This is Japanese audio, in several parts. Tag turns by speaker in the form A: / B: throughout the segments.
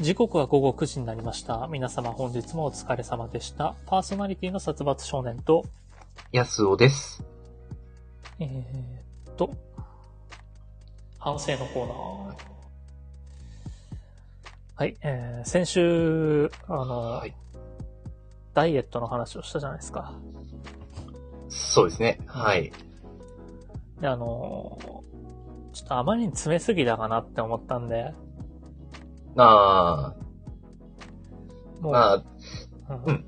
A: 時刻は午後9時になりました。皆様本日もお疲れ様でした。パーソナリティの殺伐少年と、
B: やすおです。
A: えー、っと、反省のコーナー。はい、えー、先週、あの、
B: はい。
A: ダイエットの話をしたじゃないですか。
B: そうですね。はい。
A: で、あの、ちょっとあまりに詰めすぎたかなって思ったんで、
B: まあ、
A: もう、
B: ま
A: うん
B: うん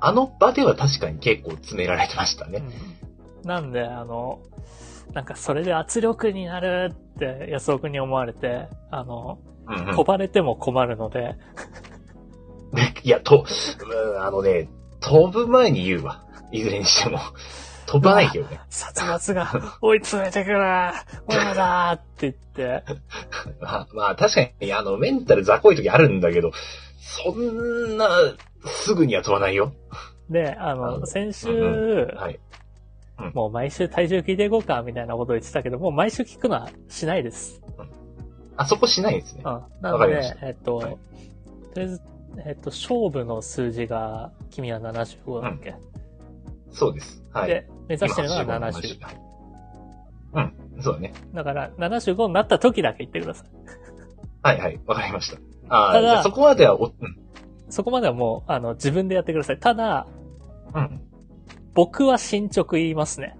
B: あ、あの場では確かに結構詰められてましたね。
A: うんなんで、あの、なんかそれで圧力になるって安尾くんに思われて、あの、
B: うん、うん
A: こばれても困るので、
B: いや、と、うんあのね、飛ぶ前に言うわ。いずれに しても。飛ばないけどね。
A: 殺伐 が追い詰めてくるもうやだーって言って、
B: まあ、まあ、確かに、あの、メンタル雑魚い時あるんだけど、そんな、すぐには飛ばないよ。
A: で、あ
B: う
A: の、
B: ん
A: 先
B: うん
A: 週、
B: はい。
A: もう毎週体重聞いていこうか、みたいなことを言ってたけど、もう毎週聞くのはしないです。
B: あそこしないんですね
A: う。ん。な
B: わ
A: の
B: かりま
A: で
B: し、
A: えっと、
B: はい
A: とりあえず、えっと、勝負の数字が、君は75だっけ、
B: そうです。はい。
A: で、目指してるのは
B: 今
A: 70。。
B: はいうん、そうだね。
A: だから、75になった時だけ言ってください。
B: はいはい。わかりました。あ
A: た
B: あ、
A: だ
B: じゃあそこまではお、うん。
A: そこまではもう、あの、自分でやってください。ただ、
B: うん。
A: 僕は進捗言いますね。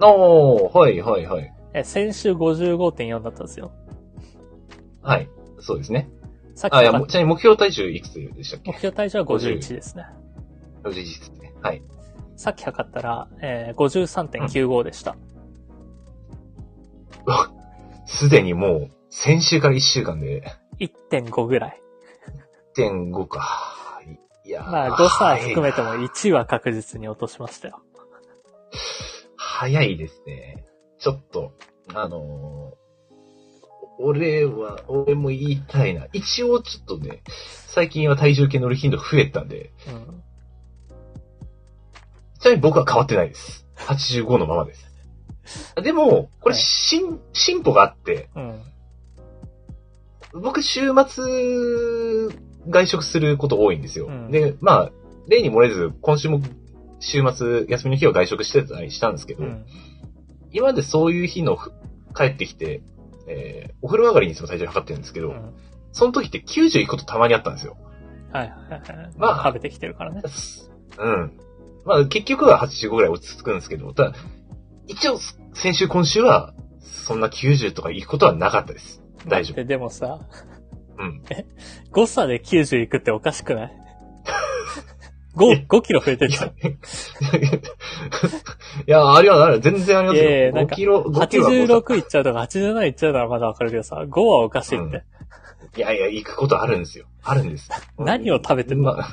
B: おー、はいはいはい。
A: え、先週55.4だったんですよ。
B: はい。そうですね。
A: さっき
B: あ、いや、
A: の
B: もちなみに目標体重いくつでしたっ
A: 目
B: け
A: 標体重は51ですね。
B: 事実ね。はい。
A: さっき測ったら、えー、53.95でした。
B: すでにもう、先週から1週間で
A: 1.5ぐらい。
B: 1.5か。いやー
A: まあ、誤差含めても1は確実に落としましたよ。
B: 早い。早いですね。ちょっと、あのー俺は、俺も言いたいな。一応ちょっとね、最近は体重計乗る頻度増えたんで、
A: うん。
B: ちなみに僕は変わってないです。85のままです。でも、これ、進、進歩があって、
A: うん。
B: 僕、週末、外食すること多いんですよ。
A: うん
B: で、まあ、例に漏れず、今週も、週末、休みの日は外食してたりしたんですけど、
A: うん。
B: 今までそういう日のふ、帰ってきて、えー、お風呂上がりにいつも体重測ってるんですけ
A: う
B: ど、
A: ん。
B: その時って90いくことたまにあったんですよ。
A: はいはいはい。
B: まあ
A: 食べてきてるからね。
B: うん。まあ、結局は85ぐらい落ち着くんですけど、ただ、一応、先週、今週は、そんな90とか行くことはなかったです。大丈夫
A: で、でもさ、
B: うん。
A: 誤差で90いくっておかしく ない ?5、5キロ増えてる
B: い
A: じゃ
B: や
A: ん。、
B: いやありがとう、全然ありがとう。
A: いやいやなん
B: 5
A: か
B: キロ、5キロは誤差
A: 86いっちゃうとか87いっちゃうならまだわかるけどさ、5はおかしいって。
B: いやいや、行くことあるんですよ。あるんです。
A: 何を食べてんの
B: まあ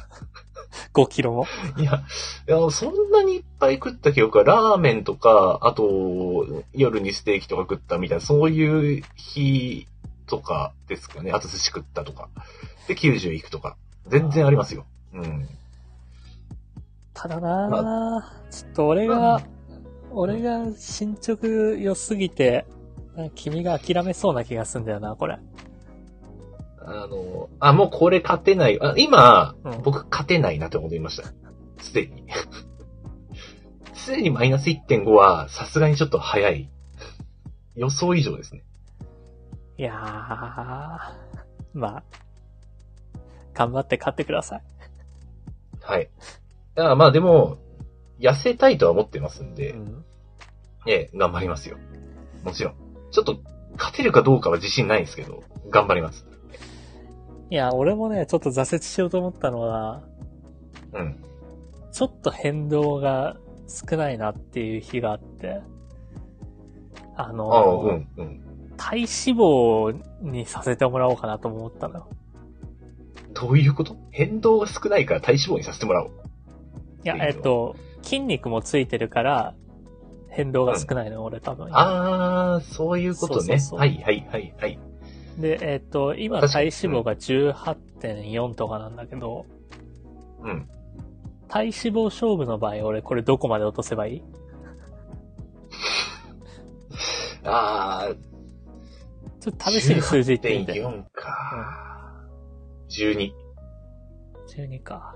A: 5キロも。
B: いや、いや、そんなにいっぱい食った記憶は、ラーメンとか、あと、夜にステーキとか食ったみたいな、そういう日とかですかね。あと寿司食ったとか。で、90行くとか。全然ありますよ。うん。
A: ただなぁ、ちょっと俺が、俺が進捗良すぎて、なんか君が諦めそうな気がすんだよな、これ。
B: あの、あ、もうこれ勝てない。あ今、
A: うん
B: 僕勝てないなって思いました。すでに。 すでにマイナス1.5は、さすがにちょっと早い。予想以上ですね。
A: いやー、まあ、頑張って勝ってください。
B: はい。いやまあでも、痩せたいとは思ってますんで
A: う、ん
B: ええ、頑張りますよ。もちろん。ちょっと、勝てるかどうかは自信ないんですけど、頑張ります。
A: いや、俺もね、ちょっと挫折しようと思ったのは、
B: うん。
A: ちょっと変動が少ないなっていう日があって、あの、
B: ああ、うん、うん。
A: 体脂肪にさせてもらおうかなとも思ったのよ。
B: どういうこと変動が少ないから体脂肪にさせてもらおう。
A: いや
B: いい、よ
A: えっと、筋肉もついてるから、変動が少ないのよ、俺多分。
B: ああ、そういうことね。
A: そうそうそう
B: はい、はい、はい、はい。
A: で、えっと、今
B: 確
A: 体
B: か
A: 脂
B: に
A: 肪が18.4とかなんだけど、
B: うん。
A: 体脂肪勝負の場合、俺これどこまで落とせばいい
B: ああ、
A: ちょっと試しに数字言ってみて。
B: 18.4か。12。
A: 12か。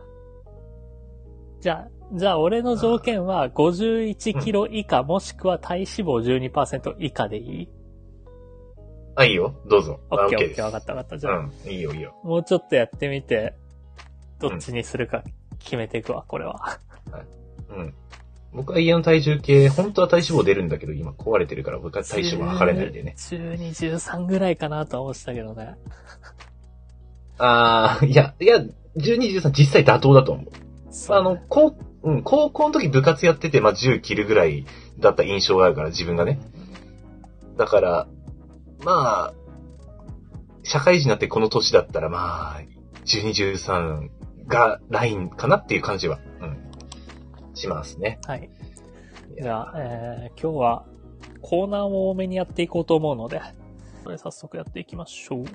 A: じゃあ、じゃあ俺の条件は51キロ以下もしくは体脂肪12%以下でいい
B: あ、いいよ。どうぞ。
A: オ
B: あ
A: ッケーオッ
B: です
A: ケーわかったわかった。じゃあ、
B: うん。いいよ、いいよ。
A: もうちょっとやってみて、どっちにするか決めていくわ、これは。
B: うん。僕は家の体重計、本当は体脂肪出るんだけど、今壊れてるから、僕は体脂肪測れないんでね。
A: 12、13ぐらいかなとは思ってたけどね。
B: ああ、いや、いや、12、13実際妥当だと思う。あの、高、うん、高校の時部活やってて、まあ、10切るぐらいだった印象があるから、自分がね。だから、まあ、社会人になってこの年だったら、まあ、12、13がラインかなっていう感じは、うん、しますね。
A: はい。じゃあ、えー今日はコーナーを多めにやっていこうと思うので、それ早速やっていきましょう。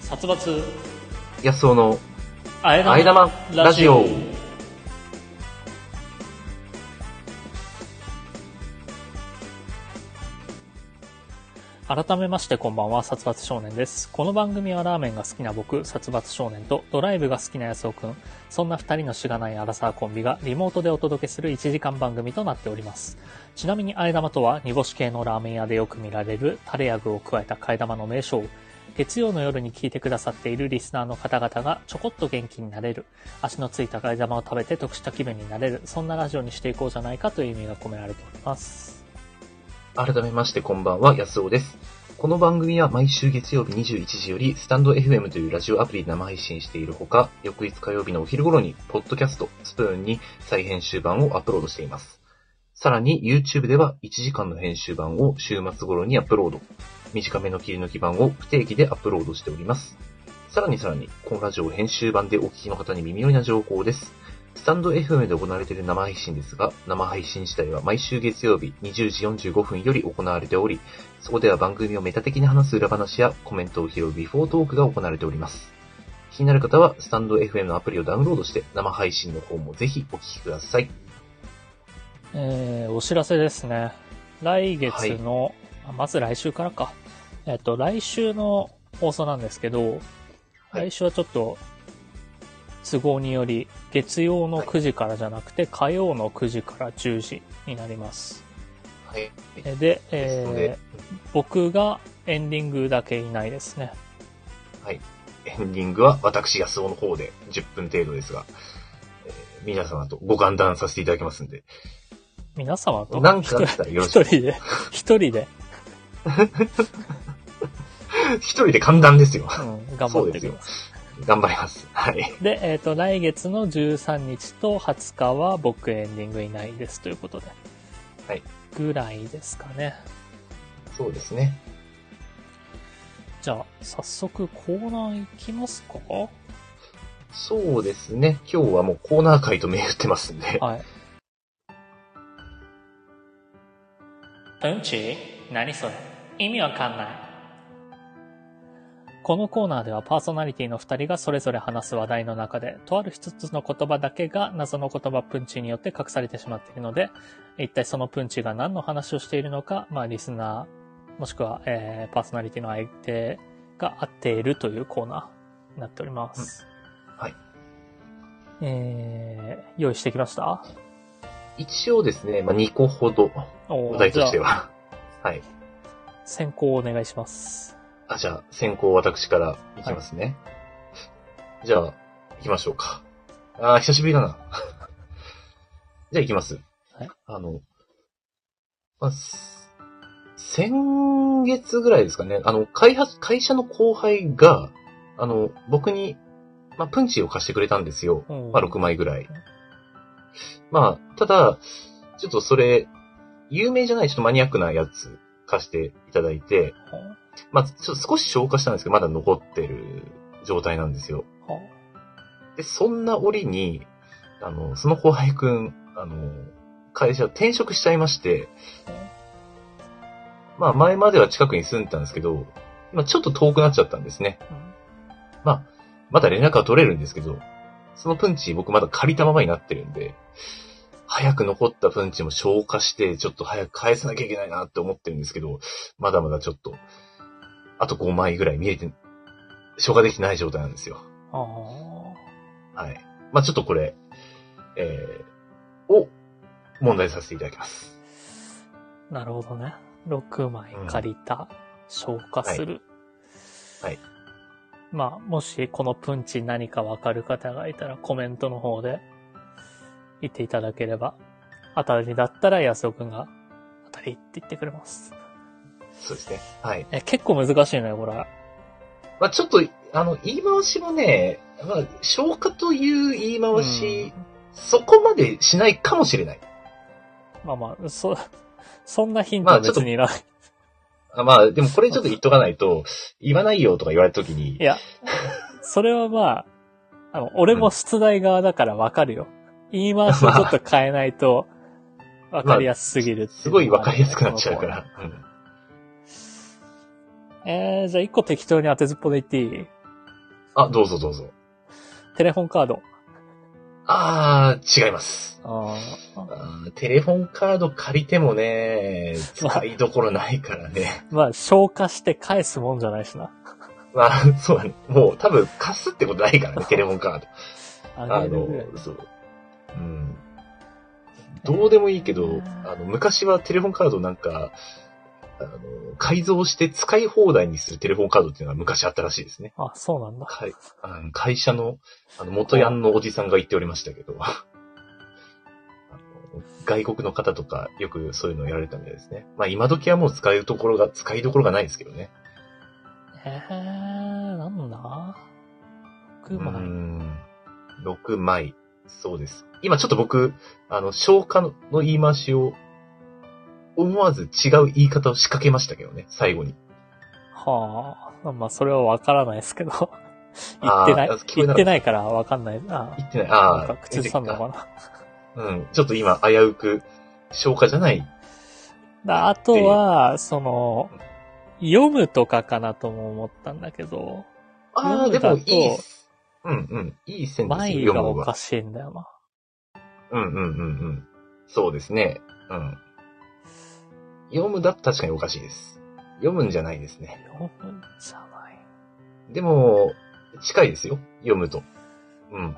A: 殺伐、
B: 安尾の、
A: あえ
B: あえ玉ラジオ。
A: 改めましてこんばんは、殺伐少年です。この番組はラーメンが好きな僕、殺伐少年とドライブが好きな安尾くん、そんな二人のしがないアラサーコンビがリモートでお届けする1時間番組となっております。ちなみに、あえ玉とは、煮干し系のラーメン屋でよく見られるタレや具を加えた替え玉の名称。月曜の夜に聞いてくださっているリスナーの方々がちょこっと元気になれる。足のついた替え玉を食べて得した気分になれる。そんなラジオにしていこうじゃないかという意味が込められております。
B: 改めましてこんばんは、安尾です。この番組は毎週月曜日21時より、スタンド FM というラジオアプリで生配信しているほか、翌日火曜日のお昼頃に、ポッドキャスト、スプーンに再編集版をアップロードしています。さらに、YouTube では1時間の編集版を週末頃にアップロード。短めの切り抜き版を不定期でアップロードしております。さらにさらに、このラジオ編集版でお聞きの方に耳寄りな情報です。スタンド FM で行われている生配信ですが、生配信自体は毎週月曜日20時45分より行われており、そこでは番組をメタ的に話す裏話やコメントを拾うビフォートークが行われております。気になる方は、スタンド FM のアプリをダウンロードして、生配信の方もぜひお聞きください。
A: えー、お知らせですね。来月の、あまず来週からか。えっ、と、来週の放送なんですけど、
B: はい
A: 来週はちょっと、都合により、月曜の9時からじゃなくて、火曜の9時から10時になります。
B: はい。
A: えで、
B: ですので
A: え、ー僕がエンディングだけいないですね。
B: エンディングは私安尾の方で10分程度ですが、えー皆様とご勘談させていただきますんで、
A: 皆様と、
B: 何かあったらよろ
A: 一
B: しく。
A: 人で、一人で、
B: 一人で勘談ですよ。
A: うん、頑
B: そ
A: 張
B: う
A: っ
B: で
A: て
B: す
A: く
B: よ
A: ださい。
B: 頑張ります。はい。
A: で、えっ、と、来月の13日と20日は僕エンディングいないですということで。
B: はい。
A: ぐらいですかね。
B: そうですね。
A: じゃあ、早速コーナー行きますか
B: そうですね。今日はもうコーナー会と銘打ってますんで。
A: はい。うんち何それ意味わかんない。このコーナーではパーソナリティの二人がそれぞれ話す話題の中で、とある一つの言葉だけが謎の言葉プンチによって隠されてしまっているので、一体そのプンチが何の話をしているのか、まあリスナー、もしくは、えーパーソナリティの相手が合っているというコーナーになっております。
B: うんはい。
A: えー、用意してきました
B: 一応ですね、まあ、2個ほど、
A: お
B: お
A: ー
B: 題
A: じ
B: と
A: ゃ
B: して
A: あ、
B: は。はい。
A: 先行お願いします。
B: あ、じゃあ、先行私からいきますね。じゃあ、行きましょうか。あー久しぶりだな。 じゃあ行きます。
A: はい
B: あの、まあ、す先月ぐらいですかね、あの、開発、会社の後輩が、あの、僕に、まあ、プンチを貸してくれたんですよ。
A: うん
B: まあ、6枚ぐらい。まあ、ただ、ちょっとそれ、有名じゃない、ちょっとマニアックなやつ貸していただいて、まあ、ちょっと少し消化したんですけど、まだ残ってる状態なんですよ。
A: は
B: で、そんな折に、あの、その後輩くん、あの、会社転職しちゃいまして、まあ前までは近くに住んでたんですけど、まあちょっと遠くなっちゃったんですね。まあ、まだ連絡は取れるんですけど、そのプンチ僕まだ借りたままになってるんで、早く残った分値も消化して、ちょっと早く返さなきゃいけないなって思ってるんですけど、まだまだちょっと、あと5枚ぐらい見えて、消化できてない状態なんですよ。
A: あ
B: はい。まあ、ちょっとこれ、えー、を問題させていただきます。
A: あ、なるほどね。6枚借りた、消化する。
B: はいはい
A: まあ、もしこのプンチ何かわかる方がいたらコメントの方で言っていただければ、当たりだったら安尾くんが当たりって言ってくれます。
B: そうですね。はい。
A: え、結構難しいね、これ。
B: まあ、ちょっと、あの、言い回しもね、まあ、消化という言い回し、そこまでしないかもしれない。
A: まあまあ、そ、そんなヒント
B: ま
A: は
B: あちょっと
A: 別にいらない。
B: あまあ、でもこれちょっと言っとかないと、言わないよとか言われたときに
A: い、や、それはまあ、あの、俺も出題側だからわかるよ。言い回しをちょっと変えないと、わかりやすすぎるっていう
B: すごいわかりやすくなっちゃうから。うん
A: えー、じゃあ一個適当に当てずっぽで言っていい
B: あ、どうぞどうぞ。
A: テレフォンカード。
B: あー、違います。
A: あー
B: あーテレフォンカード借りてもね、使いどころないからね。
A: まあ、消化して返すもんじゃないしな。
B: まあ、そうだね。もう多分貸すってことないからね、テレフォンカード。
A: あ
B: あ
A: げる
B: の
A: ぐらい。、
B: そう。うん。どうでもいいけ
A: う
B: ど
A: ん、
B: あの、昔はテレフォンカードなんか、あの、改造して使い放題にするテレフォンカードっていうのが昔あったらしいですね。
A: あ、そうなんだ。
B: はい。あの会社の、あの、元ヤンのおじさんが言っておりましたけ ど、あの外国の方とかよくそういうのをやられたみたいですね。まあ今時はもう使うところが、使いどころがないですけどね。
A: えー、なんだ ?6
B: うー
A: 枚。
B: ん。6枚。そうです。今ちょっと僕、あの、消化の言い回しを、思わず違う言い方を仕掛けましたけどね、最後に。
A: はあ。まあ、それはわからないですけど。言ってない
B: あー聞こえなかった
A: 言ってないからわかんない。あ
B: 言ってない。
A: あ。
B: あ
A: なん
B: あ
A: か、口ずさんだのかな。
B: うん。ちょっと今、危うく、消化じゃない。
A: だあとは、その、読むとかかなとも思ったんだけど、
B: ああ、
A: 読
B: で
A: んだ
B: も
A: と
B: いいっす。うんうん。いい線です
A: 前
B: よ、読
A: が
B: む
A: お
B: 方
A: か
B: が。
A: しいんだよな。
B: うんうんうんうん。そうですね。うん。読むだと確かにおかしいです。読むんじゃないですね。
A: 読むんじゃない。
B: でも、近いですよ、読むと。う
A: う
B: ん。
A: ん。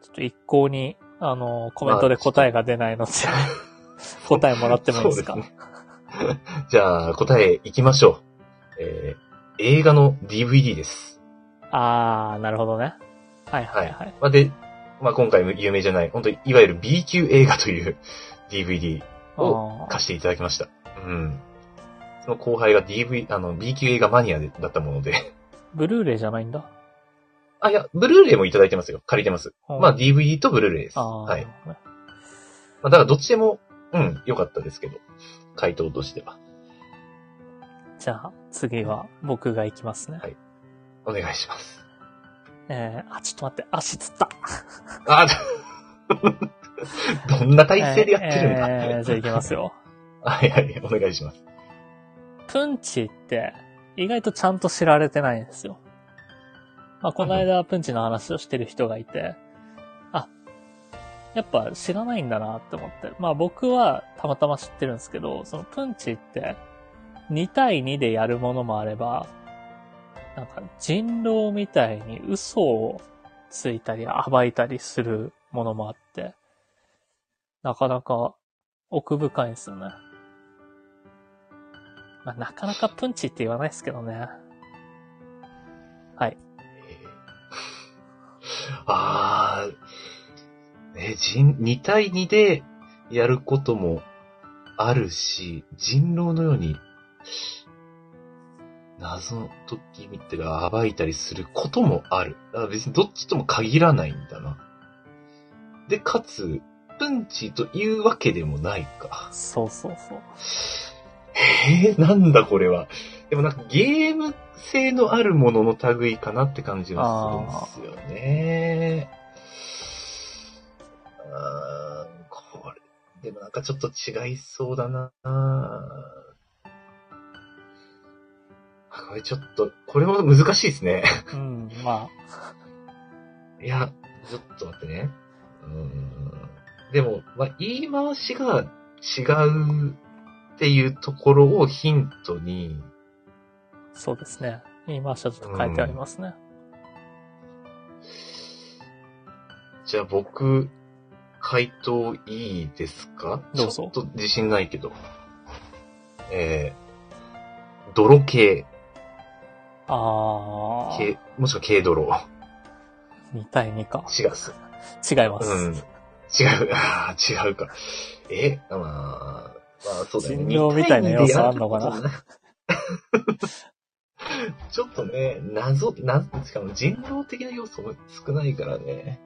A: ちょっと一向に、あの、コメントで答えが出ないので、 答えもらってもいいですか
B: そうです じゃあ、答えいきましょう。えー、映画の DVD です。
A: あー、なるほどね。はいはいはい。
B: まあ、で、まあ、今回も有名じゃない、本当にいわゆる B 級映画という DVD を
A: あー
B: 貸していただきました。うん。その後輩が DV、あの、B 級映画マニアでだったもので。
A: ブルーレイじゃないんだ。
B: あ、いや、ブルーレイもいただいてますよ。借りてます。
A: うん
B: まあ、、DVD とブルーレイです。
A: あー
B: はい。まあ、だからどっちでも、うん、良かったですけど。回答としては。
A: じゃあ、次は僕が行きますね。
B: はいお願いします。
A: えー、あ、ちょっと待って、足つった。
B: あ、 どんな体勢でやってるんだ。
A: えーじゃあ行きますよ。
B: はいはい、お願いします。
A: プンチって意外とちゃんと知られてないんですよ。まあ、この間プンチの話をしてる人がいて、あ、やっぱ知らないんだなって思って。まあ僕はたまたま知ってるんですけど、そのプンチって2対2でやるものもあれば、なんか人狼みたいに嘘をついたり暴いたりするものもあって、なかなか奥深いんですよね。まあ、なかなかプンチって言わないですけどね。はい。
B: ああ、ね、人、2対2でやることもあるし、人狼のように、謎の時みたいが暴いたりすることもある。だから別にどっちとも限らないんだな。で、かつ、プンチというわけでもないか。
A: そうそうそう。
B: えー、なんだこれは。でもなんかゲーム性のあるものの類かなって感じはするんですよね。あーこれ、でもなんかちょっと違いそうだなこれちょっと、これも難しいですね。
A: うん、ま
B: いや、ちょっと待ってね。うーん。でも、まあ、言い回しが違うっていうところをヒントに、
A: そうですね。言い回しはちょっと変えてありますね。
B: じゃあ僕、回答いいですか
A: どうぞ
B: ちょっと自信ないけど。えー、泥系、
A: あー、
B: 系もしくは軽泥。
A: 2対2か。
B: 違うっす。
A: 違います。
B: うん。違う、あー違うか。え、まあ、まあ、そうだよね。
A: 人狼みたいな要素あんのかな
B: 二対二でやるってことね ちょっとね、謎、な、しかも人狼的な要素も少ないからね。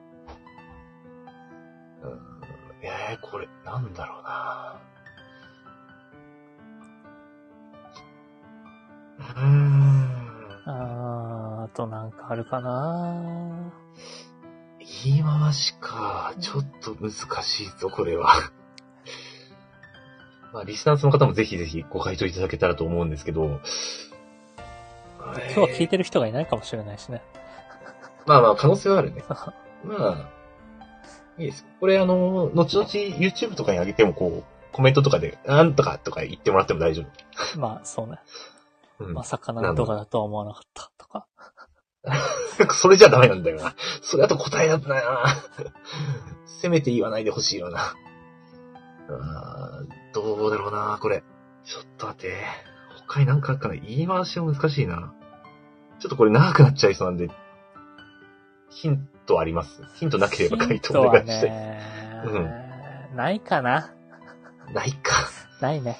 B: うん、えー、これ、なんだろうな。うーん。
A: あー、あとなんかあるかな
B: 言い回しか。ちょっと難しいぞ、これは。 まあ、リスナーさんの方もぜひぜひご回答いただけたらと思うんですけど。
A: 今日は聞いてる人がいないかもしれないしね。
B: まあまあ、可能性はあるね。まあ、いいです。これあの、後々 YouTube とかに上げてもこう、コメントとかで、なんとかとか言ってもらっても大丈
A: まあ、そうね。
B: 夫。うん
A: ま。さかなんとかだとは思わなかったとか。
B: それじゃダメなんだよな。それだと答えだったな。 せめて言わないでほしいよな。あーどうだろうな、これ。ちょっと待って。他に何かあるかな言い回しは難しいな。ちょっとこれ長くなっちゃいそうなんで、ヒントありますヒントなければ回答お願いしたい。
A: ヒントはねないかな
B: ないか。
A: ないね。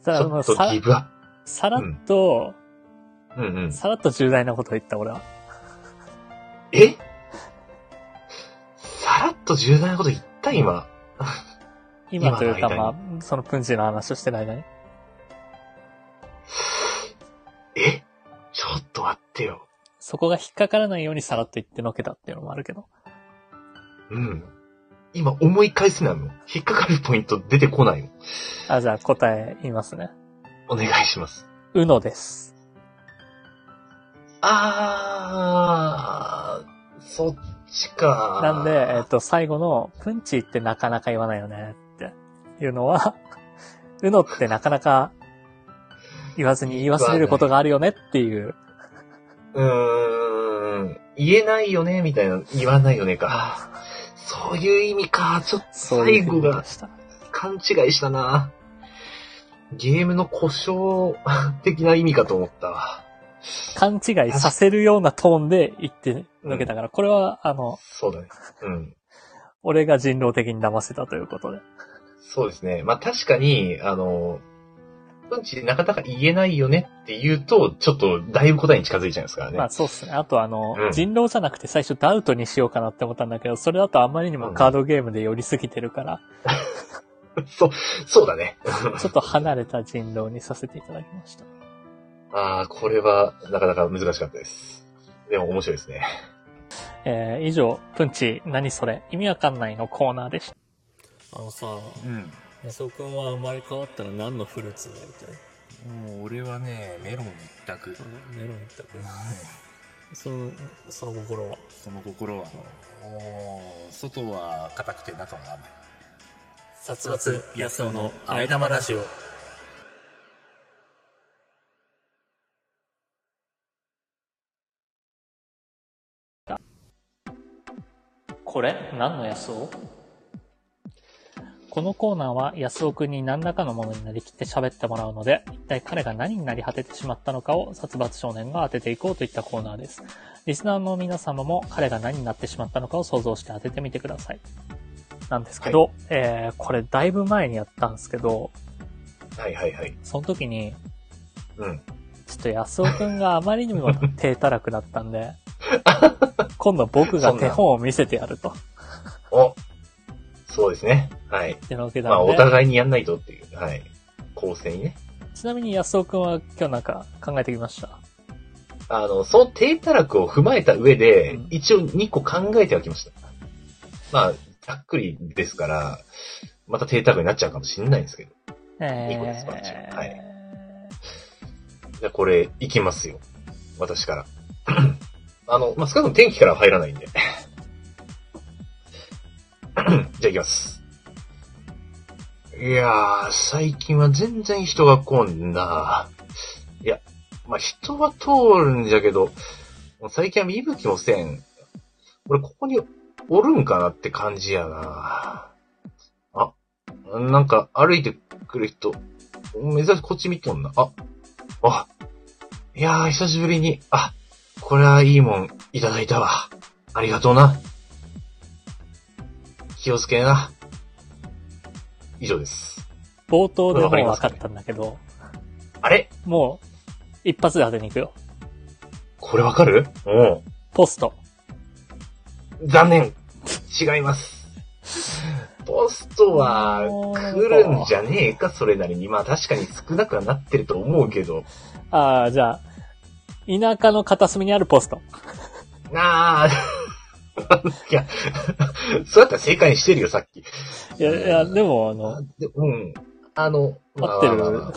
B: ち
A: さ
B: ょっと
A: さ
B: ギブア
A: さらっと、
B: ップ。うんうん。
A: さらっと重大なことを言った俺は。
B: えさらっと重大なこと言った今。
A: 今というか、
B: 今の間
A: まあ、そのプンチの話をしてる間に。
B: えちょっと待ってよ。
A: そこが引っかからないようにさらっと言ってのけたっていうのもあるけど。
B: うん。今思い返せないもん。引っかかるポイント出てこないもん。
A: あ、じゃあ答え言いますね。
B: お願いします。
A: うのです。
B: あー、そっちか。
A: なんで、えっと、最後の、プンチってなかなか言わないよねっていうのは、 うのってなかなか言わずに言い忘れることがあるよねっていう、
B: うーん、言えないよね、みたいな、言わないよねか。そういう意味か。ちょっと
A: そうい
B: 最
A: う
B: 後
A: ふうに
B: が
A: でした。
B: 勘違いしたな。ゲームの故障的な意味かと思ったわ。
A: 勘違いさせるようなトーンで言ってのけたから、これは、あの、
B: そうだね。うん。
A: 俺が人狼的に騙せたということで。
B: そうですね。まあ確かに、あの、うんちなかなか言えないよねって言うと、ちょっとだいぶ答えに近づいちゃいますからね。
A: まあそうっすね。あとあの、
B: うん
A: 人狼じゃなくて最初ダウトにしようかなって思ったんだけど、それだとあまりにもカードゲームで寄りすぎてる から、
B: そう、そうだね。
A: ちょっと離れた人狼にさせていただきました。
B: ああ、これはなかなか難しかったです。でも面白いですね。
A: えー、以上、プンチ、何それ、意味わかんないのコーナーでした。
C: あのさ、
D: うん。
C: ネソ君は生まれ変わったら何のフルーツになりたい
D: もう俺はね、メロン一択。
C: メロン一択その、その心は。
D: その心は、おー外は硬くて中は甘い。
C: 殺伐、安男のあえ玉ラジオ。
A: これ、何の安尾このコーナーは安尾くんに何らかのものになりきって喋ってもらうので、一体彼が何になり果ててしまったのかを殺伐少年が当てていこうといったコーナーです。リスナーの皆様も彼が何になってしまったのかを想像して当ててみてください。なんですけど、えー、これだいぶ前にやったんですけど、
B: はいはいはい。
A: その時に、
B: うん。
A: ちょっと安尾くんがあまりにも手たらくだったん で、今度僕が手本を見せてやると。
B: おそうですね。はい。
A: 手の受け
B: まあ
A: なん
B: お
A: で。
B: 互いにやんないとっていう。はい。構成にね。
A: ちなみに安尾くんは今日なんか考えてきました。
B: あの、その低たらくを踏まえた上で、
A: うん
B: 一応2個考えてはきました。まあ、ざっくりですから、また低たらくになっちゃうかもしれないんですけど。
A: え
B: いい子ですこっちははいじゃあこれ、いき ますよ。私から。あの、まあ、少なくとも天気からは入らないんで。いきます。いやー、最近は全然人が来んな。いや、まあ、人は通るんじゃけど、もう最近は息吹もせん。俺、ここにおるんかなって感じやな。あ、なんか歩いてくる人、珍しくこっち見とんな。あ、あ、いやー、久しぶりに、あ、これはいいもんいただいたわ。ありがとうな。気をつけな。以上です。
A: 冒頭でもう
B: わかり
A: 分
B: ます
A: か
B: か
A: っ
B: ね
A: たんだけど、
B: あれ
A: もう、一発で当てに行くよ。
B: これわかるうん。
A: ポスト。
B: 残念。違います。ポストは
A: もう
B: 来るんじゃねえか、それなりに。まあ確かに少なくはなってると思うけど。
A: ああ、じゃあ、田舎の片隅にあるポスト。
B: なあ。 いや、そうやったら正解にしてるよ、さっき。
A: いや、いや、でも、あの、
B: でうん。あの、まあ
A: 合ってる
B: まあまあまあ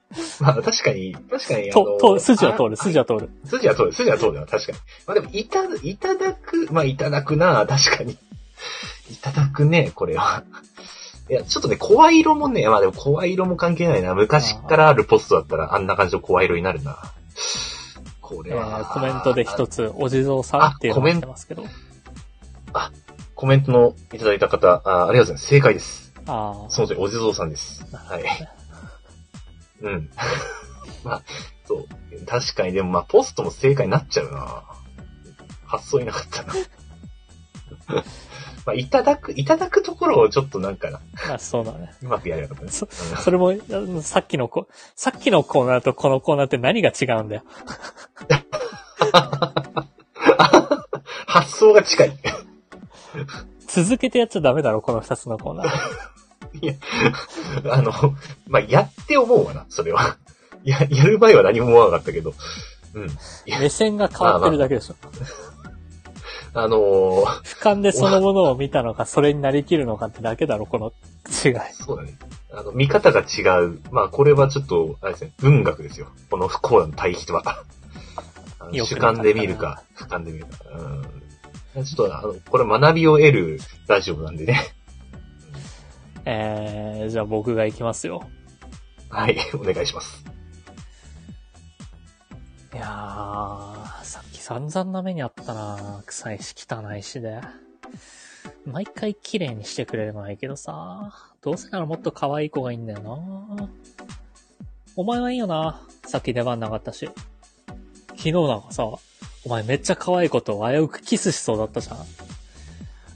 B: まあ確かに、確かに、あ
A: と、
B: の、
A: と、筋は通
B: る。
A: る、筋は通る。
B: 筋は通る、筋は通るな、確かに。まあでも、いた、いただく、まあいただくな、確かに。いただくね、これは。いや、ちょっとね、声色もね、まあでも声色も関係ないな。昔からあるポストだったら、あんな感じの声色になるな。こ
A: え
B: れは。
A: ー、コメントで一つ、お地蔵さんっていうのが来てますけど。
B: コメントのいただいた方、あありがとうございます。正解です。
A: あ
B: その通り、お地蔵さんです。はい。うん。 まあ、そう。確かに、でもまあ、ポストも正解になっちゃうな発想いなかったな。まあ、いただく、いただくところをちょっとなんかな、
A: あ、まあ、そうだね。
B: うまくやれなかったね。
A: そ
B: うん
A: それも、あさっきのこ、さっきのコーナーとこのコーナーって何が違うんだよ。
B: 発想が近い。
A: 続けてやっちゃダメだろ、この二つのコーナー。
B: あの、まあ、やって思うわな、それは。や、やる前は何も思わなかったけど。うん。
A: 目線が変わってるだけでしょ。
B: あのー、
A: 俯瞰でそのものを見た のか、それになりきるのかってだけだろ、この違い。
B: そうだね。あの、見方が違う。まあ、これはちょっと、あれですね、文学ですよ。この不幸な対比とは。あの
A: よく
B: 主
A: なかったな
B: 観で見るか、俯瞰で見るか。うん。ちょっと、あの、これ学びを得るラジオなんでね。
A: えー、じゃあ僕が行きますよ。
B: はい、お願いします。
A: いやー、さっき散々な目にあったな臭いし汚いしで。毎回綺麗にしてくれればいいけどさ、どうせならもっと可愛い子がいいんだよなお前はいいよなさっき出番なかったし。昨日なんかさ、お前めっちゃ可愛い子と危うくキスしそうだったじゃん。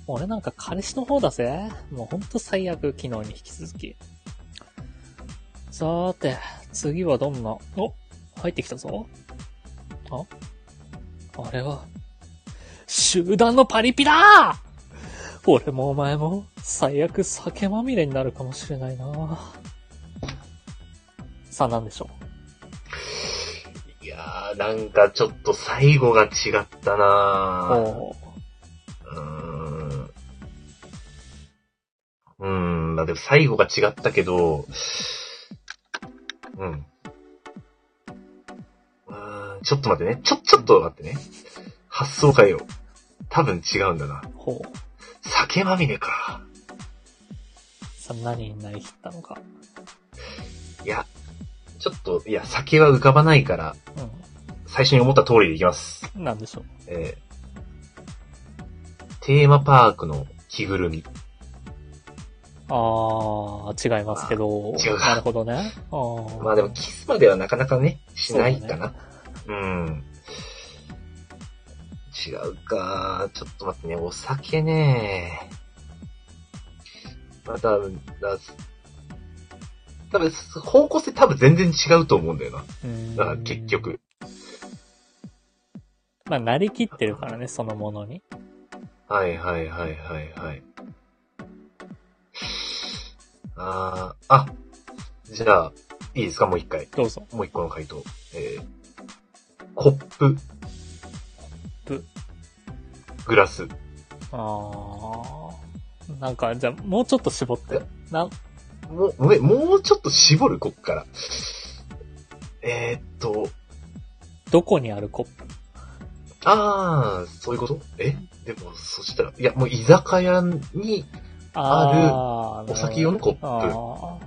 A: 俺なんか彼氏の方だぜ。もうほんと最悪、昨日に引き続き。さーて、次はどんな、お、入ってきたぞ。あれは、集団のパリピだ俺もお前も、最悪酒まみれになるかもしれないなさあ何でしょ
B: いやー、なんかちょっと最後が違った
A: う
B: なぁ。
A: おう
B: うーん。うーん、まあでも最後が違ったけど、うん。うーん、ちょっと待ってね。ちょ、ちょっと待ってね。発想変えよう。多分違うんだな。
A: ほう。
B: 酒まみれか。
A: さあ何になりきったのか。
B: いや、ちょっと、いや、酒は浮かばないから、最初に思った通りでいきます。
A: うん。何でしょう
B: えー、テーマパークの着ぐるみ。
A: あー、違いますけど。
B: あ違うか
A: なるほどね。あー
B: まあでも、キスまではなかなかね、しないかな。うん。違うか。ちょっと待ってね、お酒ね。まあ多分、だ多分、方向性多分全然違うと思うんだよな。
A: うーん
B: だから結。局。
A: まあ、なりきってるからね、そのものに。
B: はいはいはいはいはい。あー、あ、じゃあ、いいですかもう一回。
A: どうぞ。
B: もう一個の回答。えー、コップ。
A: コップ。
B: グラス。
A: あー。なんか、じゃあ、もうちょっと絞って。な、
B: もう、めもうちょっと絞る、こっから。えー、っと、
A: どこにあるコップ
B: ああ、そういうことえでも、そしたら、いや、もう居酒屋に、
A: あー
B: お酒用のコップ
A: あー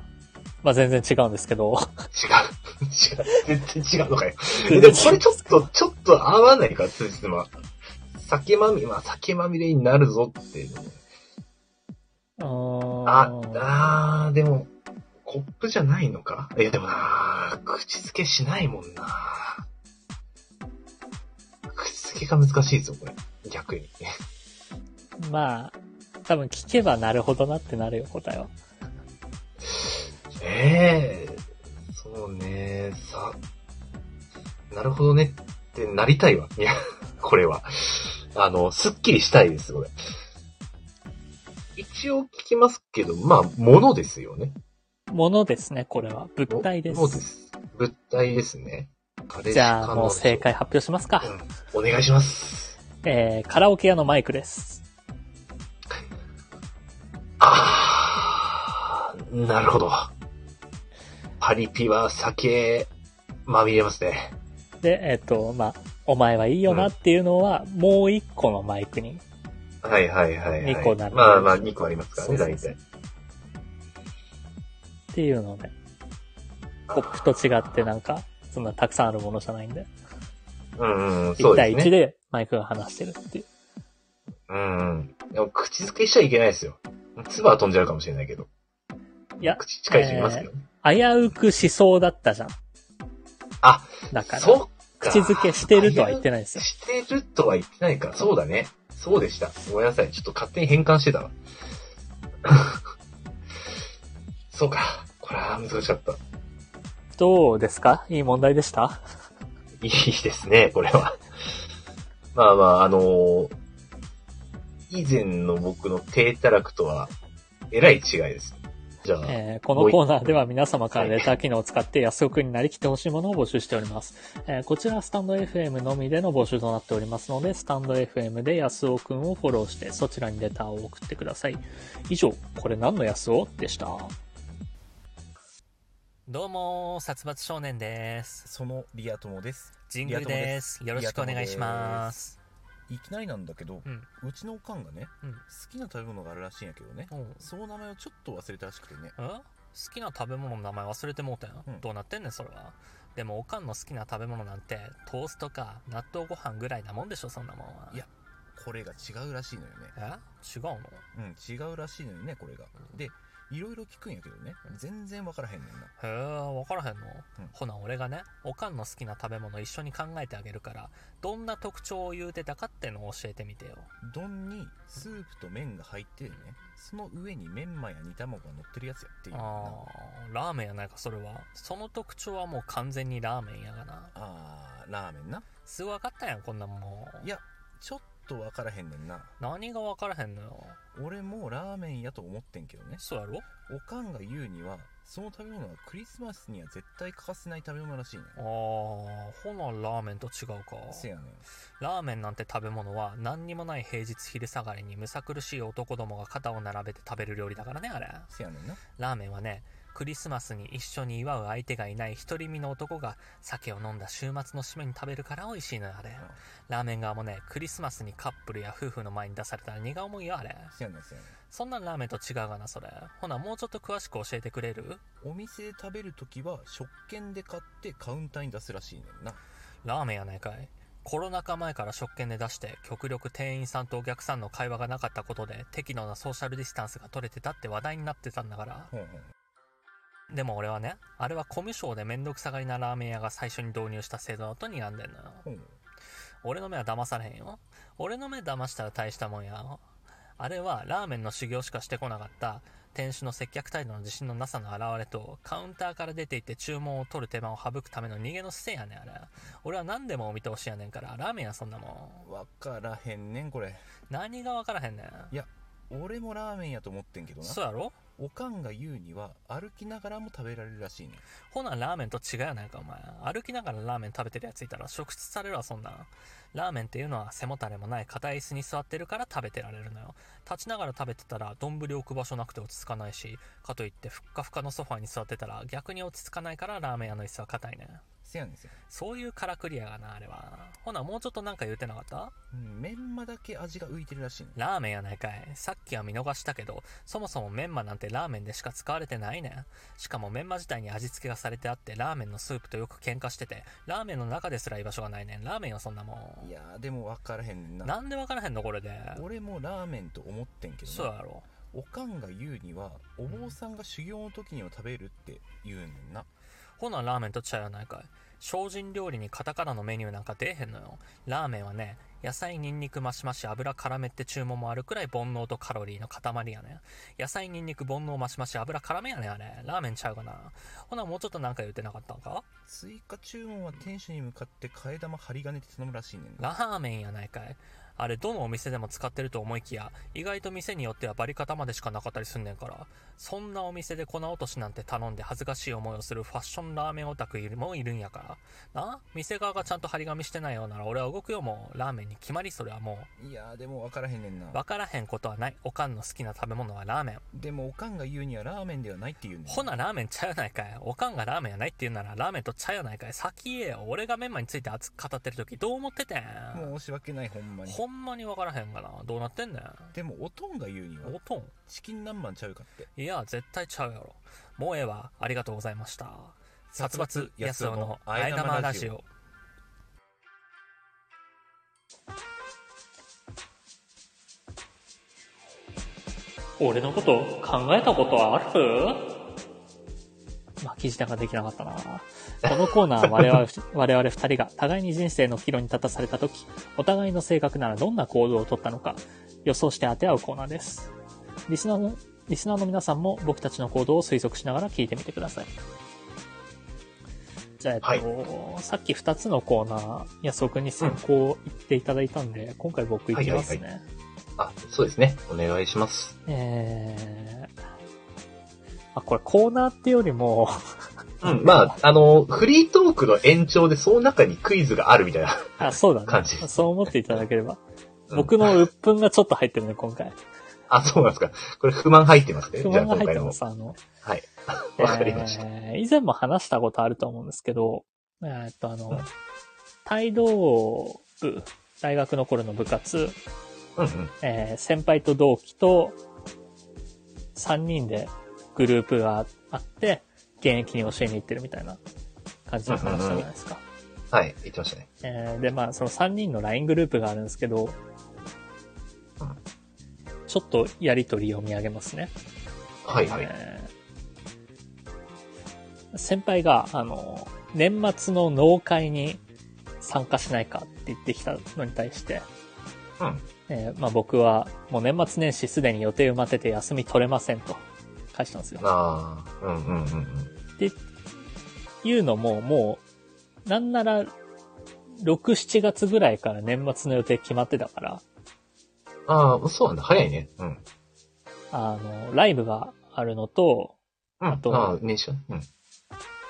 A: まあ全然違うんですけど。
B: 違う。違う。 全然違うのかよ。
A: 全
B: で
A: 然違う
B: もこれちょっと、ちょっと合わないから、つじつま。酒まみ、まあ、酒まみれになるぞっていうのね。
A: うーん
B: あ、あー、でも、コップじゃないのかいや、でもなー、口付けしないもんな口付けが難しいぞ、これ。逆に。
A: まあ、多分聞けばなるほどなってなるよ、答えは。
B: ええそうね、さ、なるほどねってなりたいわ。いや、これは。あの、すっきりしたいです、これ。一応聞きますけど、まあ、ものですよね。
A: ものですね、これは。物体です。
B: ものです。物体ですね。彼氏
A: じゃあ、
B: 彼女
A: もう正解発表しますか。
B: うん。お願いします。
A: えー、カラオケ屋のマイクです。
B: あー、なるほど。パリピは酒、まみれますね。
A: で、えっ、と、まあ、お前はいいよなっていうのは、もう一個のマイクに。
B: はいはいはい、は
A: 二
B: い。
A: 個なる
B: まあまあ、2個ありますからね、
A: そう
B: 大
A: そうそう
B: 体。
A: っていうので、コップと違ってなんか、そんなたくさんあるものじゃないんで、
B: うんうん、そ
A: 1
B: うで
A: 対
B: す
A: 1
B: ね。
A: でマイクが話してるっていう。
B: うんうん。でも、口づけしちゃいけないですよ。唾は飛んじゃうかもしれないけど。
A: いや、
B: 口近い人いますけどね。
A: 危うくしそうだったじゃん。
B: あ、
A: だから、
B: そっか。
A: 口づけしてるとは言ってないんですよ。
B: してるとは言ってないか。そうだね。そうでした。ごめんなさい。ちょっと勝手に変換してたわ。 そうか。これは難しかった。
A: どうですかいい問題でした
B: いいですね、これは。まあまあ、あのー以前の僕の低たらくとは、えらい違いです。じゃあ、
A: えーこのコーナーでは皆様からレター機能を使って安岡になりきってほしいものを募集しております。えーこちらはスタンド FM のみでの募集となっておりますので、スタンド FM で安尾くんをフォローして、そちらにレターを送ってください。以上、これ何の安尾でした。どうも、殺伐少年です。
C: そのリア友です。
A: 神
C: 宮です
A: よ。
C: ろしくお願いしますいきなりなんだけど、
A: うん
C: うちのおかんがね、
A: うん
C: 好きな食べ物があるらしいんやけどね、その名前をちょっと忘れたらしくてね。
A: え好きな食べ物の名前忘れてもうたよ、
C: うん
A: どうなってんねんそれはでもおかんの好きな食べ物なんてトーストか納豆ご飯ぐらいなもんでしょそんなもんはい
C: やこれが違うらしいのよね。
A: え違うの
C: うん、違うらしいのよね、これが。で、いろいろ聞くんやけどね、全然わからへんねんな。
A: へえ分からへんの、
C: うん
A: ほな俺がねおかんの好きな食べ物一緒に考えてあげるからどんな特徴を言うてたかってのを教えてみてよ
C: 丼にスープと麺が入っててね、その上にメンマや煮卵が乗ってるやつやっていうのか
A: あーラーメンやないかそれはその特徴はもう完全にラーメンやがな
C: な。あー、ラーメンな。
A: すぐ分かったやんこんなもんもう
C: いや、ちょっとわからへんねんな。
A: 何が分からへんのよ
C: 俺もラーメンやと思ってんけどね。
A: そうやろ
C: おかんが言うには、その食べ物はクリスマスには絶対欠かせない食べ物らしいねん。
A: ああほなラーメンと違うか
C: せやねん。
A: ラーメンなんて食べ物は何にもない平日昼下がりにむさ苦しい男どもが肩を並べて食べる料理だからねあれ
C: せやねんな。
A: ラーメンはねクリスマスに一緒に祝う相手がいない独り身の男が酒を飲んだ週末の締めに食べるから美味しいのよあれラーメン側もねクリスマスにカップルや夫婦の前に出されたら苦思いよあれ
C: せやねん、せやね
A: そんなんラーメンと違うがなそれほなもうちょっと詳しく教えてくれる
C: ん。お店で食べるときは、食券で買ってカウンターに出すらしいねんな。
A: ラーメンやないかいコロナ禍前から食券で出して極力店員さんとお客さんの会話がなかったことで適度なソーシャルディスタンスが取れてたって話題になってたんだから
C: ほんほん。
A: でも俺はねあれはコミュ障で面倒くさがりなラーメン屋が最初に導入した制度だと睨んでんのよ
C: ほん。
A: 俺の目は騙されへんよ俺の目騙したら大したもんやあれはラーメンの修行しかしてこなかった店主の接客態度の自信のなさの表れとカウンターから出て行って注文を取る手間を省くための逃げの姿勢やねんあれ俺は何でもお見通しやねんからラーメンやそんなもん
C: わからへんねん、これ。
A: 何が分からへんねん
C: 俺もラーメンやと思ってんけどな。
A: そうやろ
C: おかんが言うには歩きながらも食べられるらしいね
A: ほな、ラーメンと違うやないか、お前。歩きながらラーメン食べてるやついたら食質されるわ、そんなん。ラーメンっていうのは背もたれもない硬い椅子に座ってるから食べてられるのよ。立ちながら食べてたら、丼置く場所なくて落ち着かないし、かといってふっかふかのソファーに座ってたら、逆に落ち着かないからラーメン屋の椅子は硬いね。
C: せやねんせや
A: そういうからくりやがな、あれは。ほな、もうちょっとなんか言うてなかった
C: ねんうんメンマだけ味が浮いてるらしいねん
A: ラーメンやないかい。さっきは見逃したけど、そもそもメンマなんてラーメンでしか使われてないねん。しかもメンマ自体に味付けがされてあって、ラーメンのスープとよく喧嘩してて、ラーメンの中ですら居場所がないねん。ラーメンよ、そんなも
C: いやーでも分からへんねん
A: ん。
C: な
A: なんでわからへんの、これで。
C: 俺もラーメンと思ってんけ
A: そう
C: ど、ね、
A: やろ。
C: おかんが言うにはお坊さんが修行の時には食べるって言うねんな
A: ほな、ラーメンとちゃうやないかい。精進料理にカタカナのメニューなんか出えへんのよ。ラーメンはね、野菜、ニンニク、マシマシ、油、辛めって注文もあるくらい煩悩とカロリーの塊やねん。野菜、ニンニク、煩悩、マシマシ、油、辛めやねん、あれ。ラーメンちゃうかな。ほな、もうちょっとなんか言うてなかったんか
C: 追加注文は店主に向かって替え玉針金って頼むらしいねんな
A: ラーメンやないかい。あれ、どのお店でも使ってると思いきや、意外と店によってはバリカタまでしかなかったりすんねんから、そんなお店で粉落としなんて頼んで恥ずかしい思いをするファッションラーメンオタクもいるんやから。な店側がちゃんと張り紙してないようなら俺は動くよ、もう。ラーメンに決まり、それはも
C: いやーでも分からへんねんな
A: う。わからへんことはない。おかんの好きな食べ物はラーメン。
C: でもおかんが言うにはラーメンではないって言うねん
A: ほな、ラーメンちゃうやないかい。おかんがラーメンやないって言うなら、ラーメンとちゃうやないかい。先言えよ。俺がメンマについて熱く語ってる時どう思っててん。
C: もう申し訳ないほんまに
A: ほんまにわからへんがな。どうなってんねん。
C: でもおとんが言うには
A: おとん
C: チキン南蛮ちゃうかって
A: いや、絶対ちゃうやろ。もうええわ。ありがとうございました。殺
C: 殺
A: 伐
C: 伐
A: 安男のあ
C: 安
A: え
C: 男のあえ玉
A: 玉ラ
C: ラ
A: ジ
C: ジ
A: オ。俺のこと考えたことあるまあ、記事なんかできなかったな。このコーナーは我々 我々二人が互いに人生の岐路に立たされた時、お互いの性格ならどんな行動を取ったのか予想して当て合うコーナーです。リスナーのリスナーの皆さんも僕たちの行動を推測しながら聞いてみてください。じゃあ、えっと、さっき2つのコーナー、安尾くんに先行行っていただいたんで、今回僕行きますね。
B: はいあ、そうですね。お願いします。
A: えー、あ、これコーナーってよりも、
B: うん、まあ、あの、フリートークの延長でその中にクイズがあるみたいな。
A: あ、そうだ
B: 感
A: ね。
B: じ
A: そう思っていただければ。
B: う ん
A: 僕の鬱憤がちょっと入ってるね、今回。
B: あ、そうなんですか。これ不満入ってますね。
A: 不
B: じゃあ
A: 満が入っ
B: 今回
A: てま
B: の。
A: す、あの。
B: はい。わかりました。
A: えー以前も話したことあると思うんですけど、えーっと、あの、帯同部、大学の頃の部活、
B: うんうん。
A: えー先輩と同期と、3人でグループがあって、現役に教えに行ってるみたいな感じの話じゃないですか。
B: はい、言ってましたね。
A: えーで、まあ、その3人の LINE グループがあるんですけど、ちょっとやりとり読み上げますね。
B: はいはい。
A: えー先輩が、あの、年末の農会に参加しないかって言ってきたのに対して、
B: うん。
A: えーまあ僕はもう年末年始すでに予定埋まってて休み取れませんと返したんですよ。
B: ああ、うんうんうんうん。
A: っていうのも、もう、なんなら、6、7月ぐらいから年末の予定決まってたから、
B: ああ、そうなんだ。早いね。うん。
A: あの、ライブがあるのと、
B: うん、
A: あと
B: ああ、年始ねうん。
A: い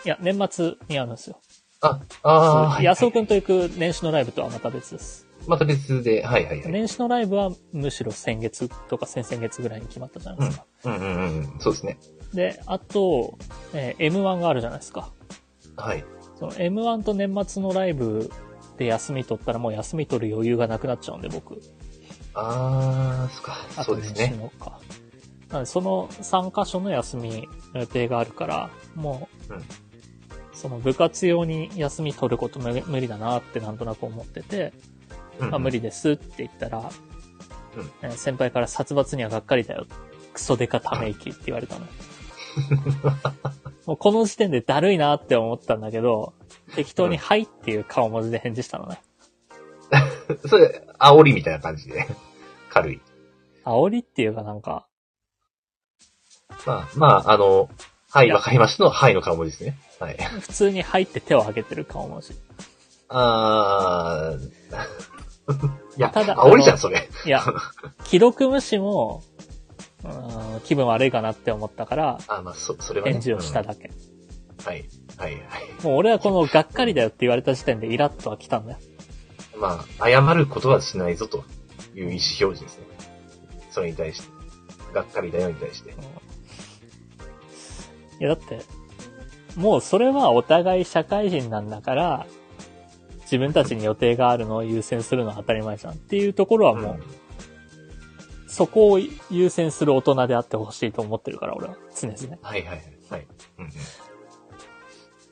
A: や、年末にあるんですよ。
B: あ、ああ、
A: 安尾
B: く
A: くんと行く年始のライブとはまた別です。
B: また別で、はいはいはい。
A: 年始のライブはむしろ先月とか先々月ぐらいに決まったじゃないですか。
B: うんうんうんうん。そうですね。
A: で、あと、えー M1 があるじゃないですか。
B: はい。
A: その M1 と年末のライブで休み取ったらもう休み取る余裕がなくなっちゃうんで、僕。
B: ああ、そっか。
A: あ
B: そ
A: と
B: うです
A: 年始
B: ね。
A: のか。なので、その3箇所の休みの予定があるから、もう、
B: うん
A: その部活用に休み取ること無無理だなってなんとなく思ってて、
B: うんうん
A: まあ無理ですって言ったら、
B: うん
A: えー先輩から殺伐にはがっかりだよ。クソデカため息って言われたの。もうこの時点でだるいなって思ったんだけど、適当にはいっていう顔文字で返事したのね。
B: それ、煽りみたいな感じで。 軽い。
A: 煽りっていうかなんか、
B: まあ、まあ、あの、はいい、
A: や
B: わかりますの、はいの顔文字ですね。はい。
A: 普通にはいって手を挙げてる顔文字。
B: あー。 いや、
A: ただ
B: 煽りじ
A: あ
B: ゃ
A: の
B: ん、それ。
A: いや、既読無視も、うん気分悪いかなって思ったから、
B: あ、まあ、そ、それはね。
A: 返事をしただけ。
B: うんはい。はい、はい。
A: もう俺はこの、がっかりだよって言われた時点でイラッとは来たんだよ。
B: まあ、謝ることはしないぞという意思表示ですね。それに対して。がっかりだよに対して。
A: いや、だって、もうそれはお互い社会人なんだから、自分たちに予定があるのを優先するのは当たり前じゃんっていうところはもう、そこを優先する大人であってほしいと思ってるから、俺は。常々。
B: はいはいはい。うんうん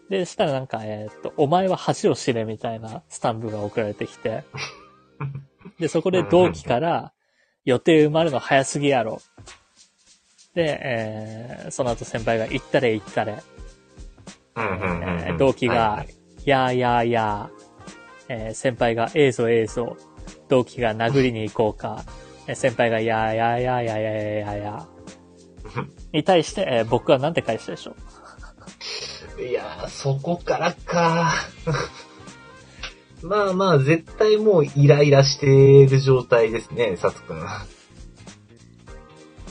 A: で、したらなんか、えーっと、お前は恥を知れみたいなスタンプが送られてき て、で、そこで同期から、予定埋まるの早すぎやろ。で、えーその後先輩が行ったれ行ったれ。
B: うんうんうんうん
A: えー動機が
B: はいはい
A: やーやーやー。えー先輩が、ええぞええぞ。同期が殴りに行こうか。えー先輩が、やーやーやーやーやーやーやー。に対して、えー僕はなんて返したでしょう
B: いやー、そこからか。 まあまあ、絶対もうイライラしてる状態ですね、サツくん。ま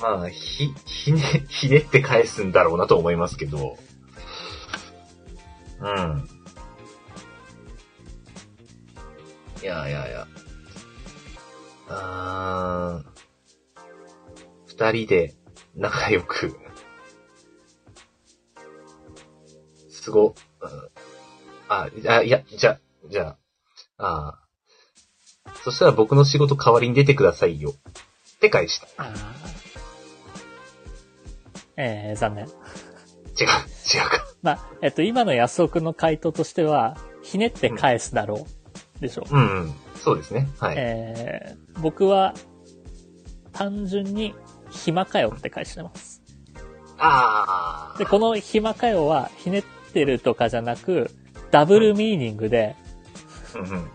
B: あ、ひ、ひね、ひねって返すんだろうなと思いますけど。うん。いやいやいや。あー、二人で仲良く。すご、うんあ、あ、いや、じゃ、じゃあ、あーそしたら僕の仕事代わりに出てくださいよ。って返した。
A: えー残念。
B: 違う、違うか。
A: まあ、えっと、今の安尾くんの回答としては、ひねって返すだろう。でしょ。
B: うん、うん。そうですね。はい。
A: えー僕は、単純に、暇かよって返してます。
B: あ
A: で、この暇かよは、ひねってるとかじゃなく、ダブルミーニングで、
B: ー。うんうん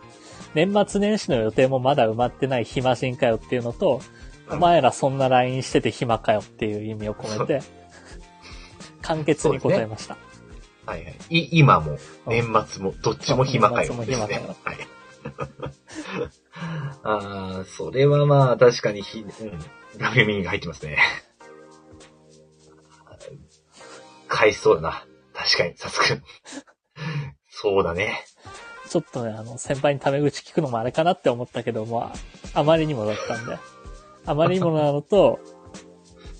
A: 年末年始の予定もまだ埋まってない暇人かよっていうのと、お前らそんな LINE してて暇かよっていう意味を込めて、簡潔に答えました。
B: はいはい。い、今も、年末も、どっちも暇かよ。
A: 年
B: で
A: 末も
B: す
A: 暇か
B: ね
A: よ。
B: はい。 ああ、それはまあ、確かにひ、うん。ダブルミーニング入ってますね。 返しそうだな。確かに、さすが。そうだね。
A: ちょっとね、あの、先輩にタメ口聞くのもあれかなって思ったけど、まあ、あまりにもだったんで。あまりにもなのと、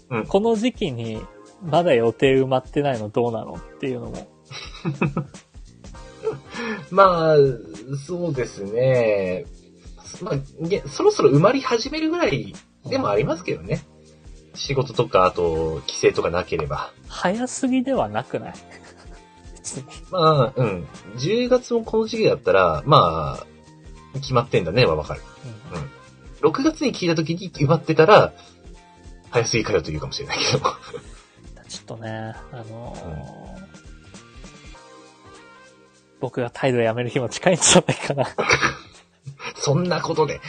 B: うん
A: この時期にまだ予定埋まってないのどうなのっていうのも。
B: まあ、そうですね。まあ、げそろそろ埋まり始めるぐらいでもありますけどね。仕事とか、あと、帰省とかなければ。
A: 早すぎではなく ない別に。
B: まあ、うん。10月もこの時期だったら、まあ、決まってんだねはわかる。
A: うん
B: 6月に聞いた時に決まってたら、早すぎかよと言うかもしれないけど。
A: ちょっとね、あのー僕が態度やめる日も近いんじゃないか な。
B: そんなことで、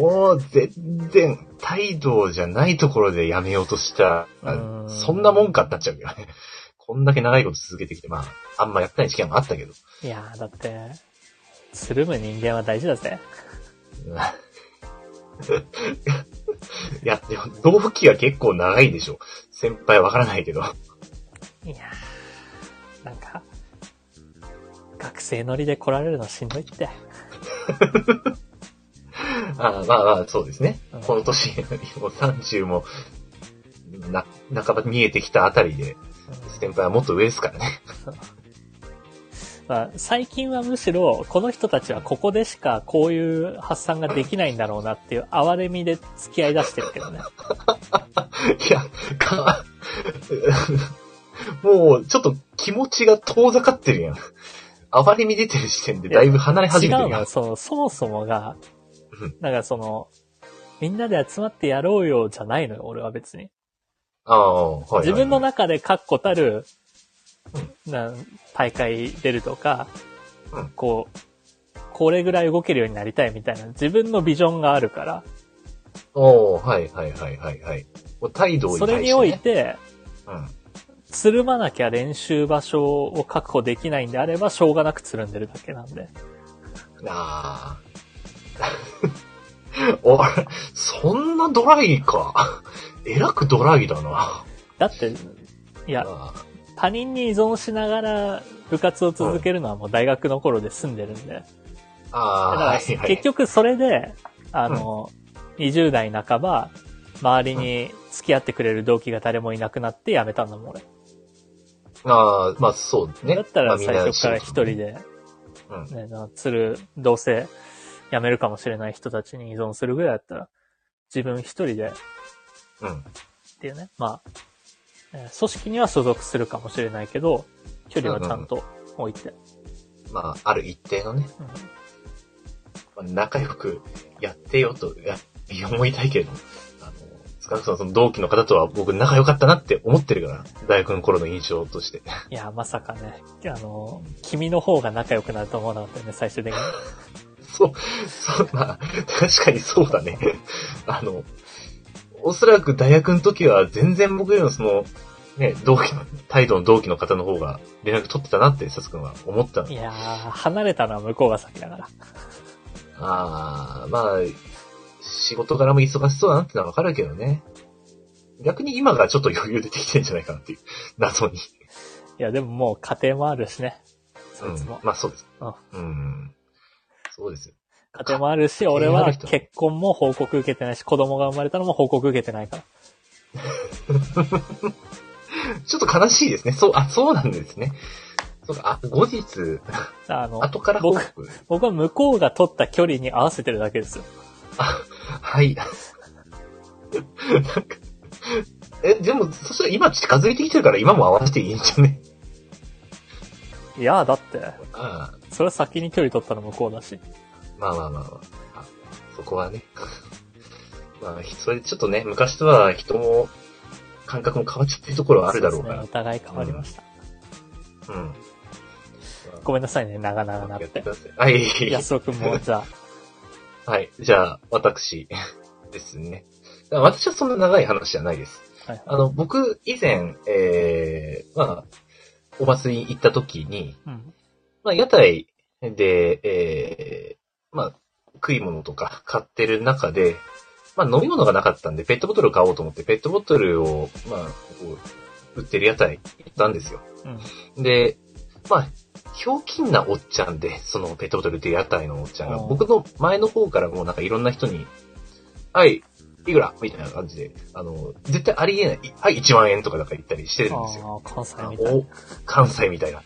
B: もう、全然、態度じゃないところでやめようとした、
A: うん
B: そんなもんかってなっちゃうけどね。 こんだけ長いこと続けてきて、まあ、あんまやってない時間もあったけど。
A: いやー、だって、つるむ人間は大事だぜ。
B: うんいや、でも、同期は結構長いでしょ。先輩わからないけど。
A: いやー、なんか、学生乗りで来られるのしんどいって。
B: ああまあまあ、そうですね
A: うん。
B: この年、もう30も、な、半ば見えてきたあたりで、先輩はもっと上ですからね。
A: まあ、最近はむしろ、この人たちはここでしかこういう発散ができないんだろうなっていう哀れみで付き合い出してるけどね。
B: いや、か、 もう、ちょっと気持ちが遠ざかってるやん。暴れ見出てる時点でだいぶ離れ
A: 違
B: 始めて
A: う
B: るや
A: の
B: ん。
A: その、そもそもが
B: うん、
A: なんかその、みんなで集まってやろうよじゃないのよ、俺は別に。
B: ああ、はい、はい。
A: 自分の
B: な、
A: 中で確固たる、な大会出るとか
B: うん、
A: こう、これぐらい動けるようになりたいみたいな、自分のビジョンがあるから、
B: おーはいはいはいはいはい。もう態度を
A: それにおい
B: ね、
A: て、
B: うん。
A: つるまなきゃ練習場所を確保できないんであれば、しょうがなくつるんでるだけなんで。
B: あ あ。おそんなドライか。えらくドライだな。
A: だって、いや、他人に依存しながら部活を続けるのはもう大学の頃で済んでるんで。だ
B: あ
A: か
B: あ、は
A: ら
B: いはい。
A: 結局それで、あの、20代半ば、周りに付き合ってくれる同期が誰もいなくなって辞めたんだもん、俺。
B: ああ、まあそうね。
A: だった
B: ま
A: ら
B: あみん
A: 最
B: な
A: 初から一人で、
B: うん
A: ね、な鶴、どうせ辞めるかもしれない人たちに依存するぐらいだったら、自分一人で
B: うん。
A: っていうね、まあ、えー組織には所属するかもしれないけど、距離はちゃんと置いて。
B: まあ、ある一定のね、
A: うん
B: まあ仲良くやってよと、や、思いたいけれども、あの、少なくともその同期の方とは僕仲良かったなって思ってるから、大学の頃の印象として。
A: いや、まさかね、あの、君の方が仲良くなると思わなかったよね、最終的に。
B: そう、そう、まあ、確かにそうだね。あの、おそらく大学の時は全然僕よりもその、ね、同期の、態度の同期の方の方が連絡取ってたなって、さつくんは思ったの
A: い。やー、離れたのは向こうが先だから。
B: ああ、まあ、仕事柄も忙しそうだなってのはわかるけどね。逆に今がちょっと余裕出てきてんじゃないかなっていう、 謎に。
A: いや、でももう家庭もあるしね。そいつも。
B: うんまあそうです
A: あ。
B: うん。そうですよ。
A: 家庭もあるし、俺
B: あ
A: は
B: る人
A: 結婚も報告受けてないし、子供が生まれたのも報告受けてないから。
B: ちょっと悲しいですね。そう、あ、そうなんですね。そうか、あ、後日、
A: あの、
B: 後から報告。
A: 僕は向こうが取った距離に合わせてるだけですよ。
B: はい。なんか、え、でも、そしたら今近づいてきてるから今も合わせていいんじゃね
A: いやー、だって、
B: ああ、
A: それは先に距離取ったの向こうだし。
B: まあまあまあまあ。あそこはね。 まあ、ひそれちょっとね、昔とは人も、感覚も変わっちゃってるところはあるだろうから。
A: そうですねお互い変わりました。
B: うん。
A: ごめんなさいね、長々なっ
B: やって
A: て
B: く。ださい。はい。
A: 安尾くんも、じゃあ、
B: はい。じゃあ、私 ですね。私はそんな長い話じゃないです。
A: はい
B: あの、僕、以前、えー、まあ、お祭り行った時に、
A: うん。
B: まあ、屋台で、えー、まあ、食い物とか買ってる中で、まあ、飲み物がなかったんで、ペットボトル買おうと思って、ペットボトルを、まあ、こう、売ってる屋台行ったんですよ。
A: うん。
B: で、まあ、ひょうきんなおっちゃんで、そのペットボトルっていう屋台のおっちゃんが、
A: うん
B: 僕の前の方からもうなんかいろんな人に、はい、いくらみたいな感じで、あの、絶対ありえない、いはい、1万円とかなんか言ったりしてるんですよ。
A: ああ、関西
B: あ
A: みたい
B: お関西みたいな。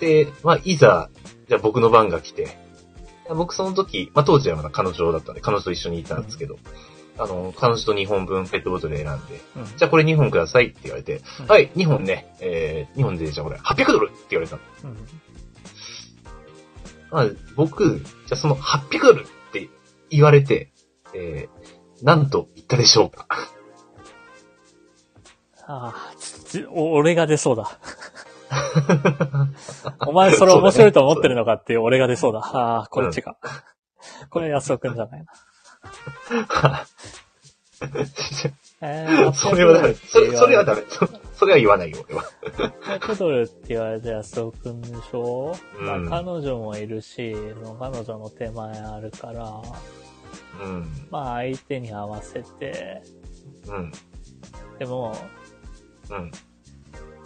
B: で、まあ、いざ、じゃあ僕の番が来て、僕その時、まあ当時はまだ彼女だったんで、彼女と一緒にいたんですけど、あの、彼女と2本分ペットボトル選んで、
A: うん。
B: じゃあこれ2本くださいって言われて、
A: うん
B: はい、2本ね、えー、2本でじゃあこれ800ドルって言われたの。
A: うん。
B: まあ、僕、じゃあその800ドルって言われて、えー、なんと言ったでしょうか。
A: ああ、ち、ち、お俺が出そう だ。お前それ面白いと思ってるのかっていう俺が出そうだ。ああ、これ違う。これ安尾くんじゃないな。えー、
B: それはダメ。それそれはダ
A: メ。
B: メ。そそれは言わないよ、俺は。
A: 800ドルって言われて安尾くんでしょ、
B: うん
A: まあ彼女もいるし、彼女の手前あるから、
B: うん。
A: まあ相手に合わせて、
B: うん。
A: でも、
B: うん。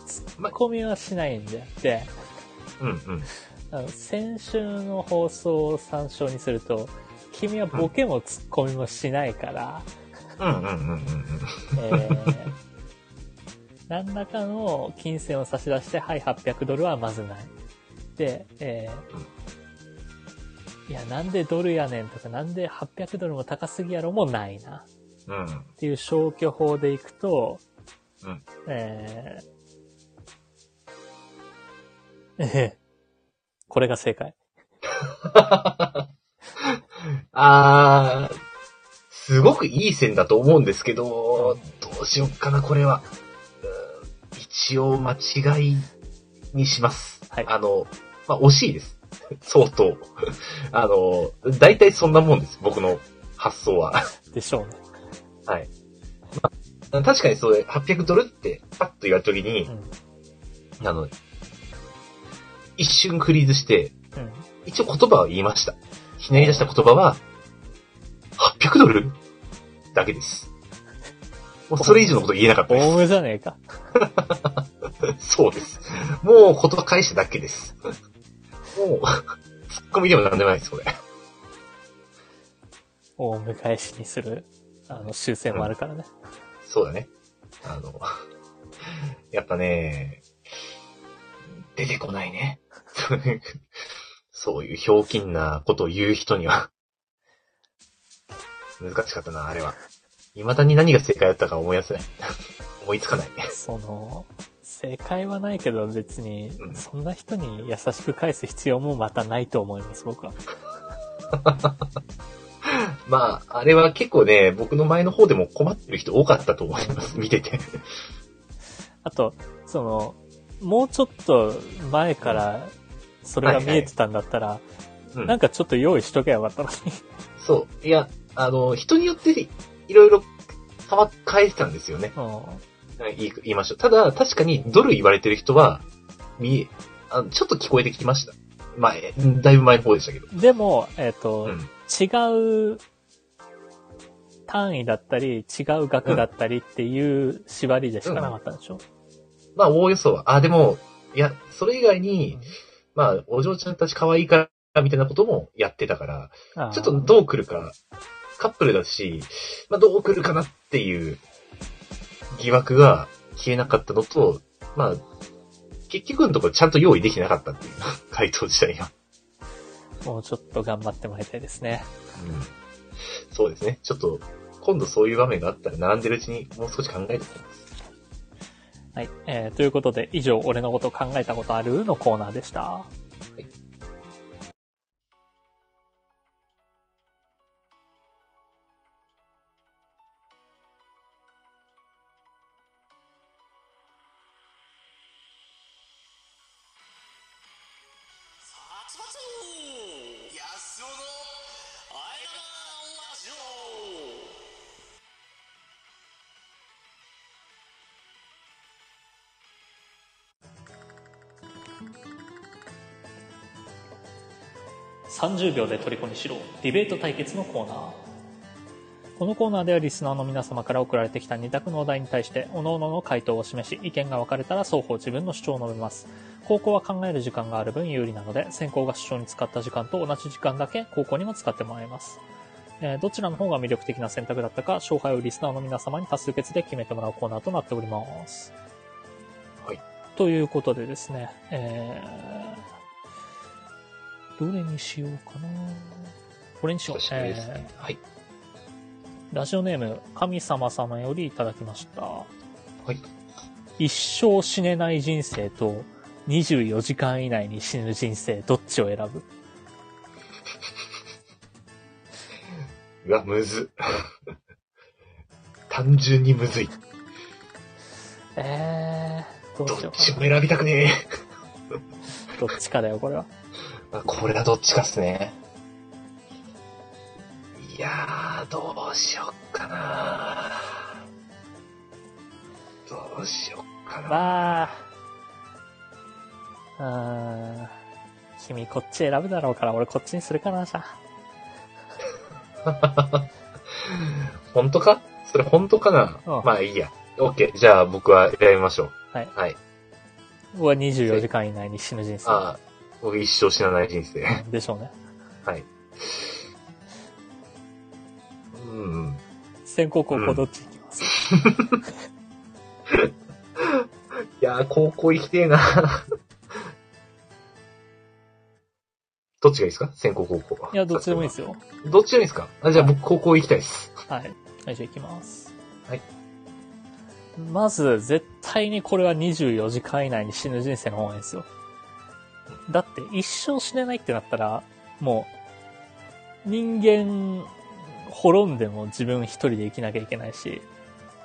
A: ツッコミはしないんで、で、
B: うん。うん。
A: あの先週の放送を参照にすると、君はボケもツッコミもしない から、
B: うん。うん。うん。うん。
A: えー、何らかの金銭を差し出して、はい、800ドルはまずない。で、えー、いや、なんでドルやねんとか、なんで800ドルも高すぎやろもないな。
B: うん。うん
A: っていう消去法でいくと、
B: うん
A: えー、え へこれが正解。
B: あー、すごくいい線だと思うんですけど、どうしよっかな、これは。うーん一応間違いにします。
A: はい
B: あの、まあ、惜しいです。相当。あの、大体そんなもんです、僕の発想は。
A: でしょうね。
B: はい。まあ確かにそれ、800ドルって、パッと言われた時に
A: う、ん。
B: あの、一瞬フリーズして、
A: うん。
B: 一応言葉は言いました。ひねり出した言葉は、800ドルだけです。もうそれ以上のこと言えなかった
A: オウ
B: で
A: ムじゃねえか。
B: す。そうです。もう言葉返しただけです。もう、ツッコミでもなんでもないです、これ。
A: オウム返しにする、あの、修正もあるからね。
B: そうだね。あの、 やっぱね、出てこないね。 そういうひょうきんなことを言う人には。難しかったな、あれは。未だに何が正解だったか思い出せない。 思いつかない。
A: その、正解はないけど別に
B: う、ん
A: そんな人に優しく返す必要もまたないと思います、僕は。
B: まあ、あれは結構ね、僕の前の方でも困ってる人多かったと思います、見てて。
A: あと、その、もうちょっと前から、それが見えてたんだったら、
B: うん
A: なんかちょっと用意しとけばよかったのに。
B: そう。いや、あの、人によっていろいろ変わ、変えてたんですよね。
A: うん
B: 言い言いました。ただ、確かにドル言われてる人は、見え、あちょっと聞こえてきました。前、だいぶ前の方でしたけど。
A: でも、えっ、と、
B: うん。
A: 違う単位だったり、違う額だったりっていう縛りでしかなかったんでしょ、
B: まあ、おおよそは。あ、でも、いや、それ以外に、まあ、お嬢ちゃんたち可愛いから、みたいなこともやってたから、
A: あー
B: ちょっとどう来るか、カップルだし、まあ、どう来るかなっていう疑惑が消えなかったのと、まあ、結局のところちゃんと用意できてなかったっていう、回答自体が。
A: もうちょっと頑張ってもらいたいですね。
B: うんそうですね。ちょっと、今度そういう場面があったら、並んでるうちにもう少し考えてみます。
A: はい。えー、ということで、以上、俺のこと考えたことあるのコーナーでした。
E: 殺伐安男のあえがラジオ
A: 30秒で虜にしろディベート対決のコーナーこのコーナーではリスナーの皆様から送られてきた2択のお題に対して各々の回答を示し意見が分かれたら双方自分の主張を述べます高校は考える時間がある分有利なので先行が主張に使った時間と同じ時間だけ高校にも使ってもらいますえーどちらの方が魅力的な選択だったか勝敗をリスナーの皆様に多数決で決めてもらうコーナーとなっております
B: はい
A: ということでですね、えー、どれにしようかなこれにしよう。
B: 私です
A: え
B: ね。はい。。
A: ーラジオネーム、神様様よりいただきました。はい一生死ねない人生と、24時間以内に死ぬ人生、どっちを選ぶ
B: うわ、むず。 単純にむずい。
A: えー、どう
B: どっ
A: しよう
B: ちも
A: か
B: 選びたくね
A: な。どっちかだよ、これは。
B: え。あこれはどっちかっすね。いやー、どうしよっかなどうしよっかな
A: まあ、うーん、君こっち選ぶだろうから、俺こっちにするかな、じゃあ。
B: 本当かそれ本当かな
A: うん
B: まあいいや。オッケー。じゃあ僕は選びましょう。
A: はい
B: はい。
A: 僕は24時間以内に死ぬ人生。
B: ああ、僕一生死なない人生。
A: でしょうね。
B: はい。うん。
A: 先行高校どっち行きます、
B: いやー、高校行きてえな。 どっちがいいですか先行高校は。
A: いや、どっちでもいいですよ。
B: す。どっちでもいいですかあじゃあ僕高校行きたいです。
A: はい。はい、じゃあ行きます。
B: はい。
A: まず、絶対にこれは24時間以内に死ぬ人生の方がいいですよ。だって、一生死ねないってなったら、もう、人間、滅んでも自分一人で生きなきゃいけないし、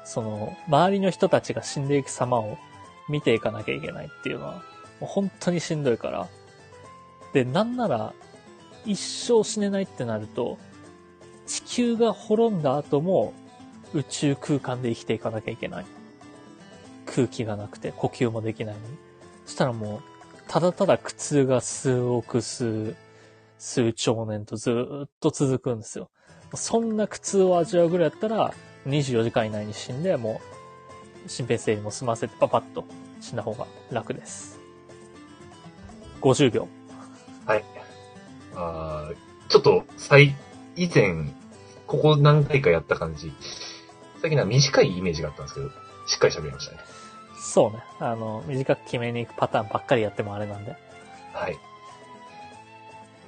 A: その、周りの人たちが死んでいく様を見ていかなきゃいけないっていうのは、もう本当にしんどいから。で、なんなら、一生死ねないってなると、地球が滅んだ後も宇宙空間で生きていかなきゃいけない。空気がなくて呼吸もできないのに。そしたらもう、ただただ苦痛が数億数、数兆年とずーっと続くんですよ。そんな苦痛を味わうぐらいだったら、 24時間以内に死んで、もう、心平整理も済ませてパパッと死んだ方が楽です。50秒。
B: はい。あーちょっと、最、以前、ここ何回かやった感じ、最近なんか短いイメージがあったんですけど、しっかり喋りましたね。
A: そうね。あの、短く決めに行くパターンばっかりやってもあれなんで。
B: はい。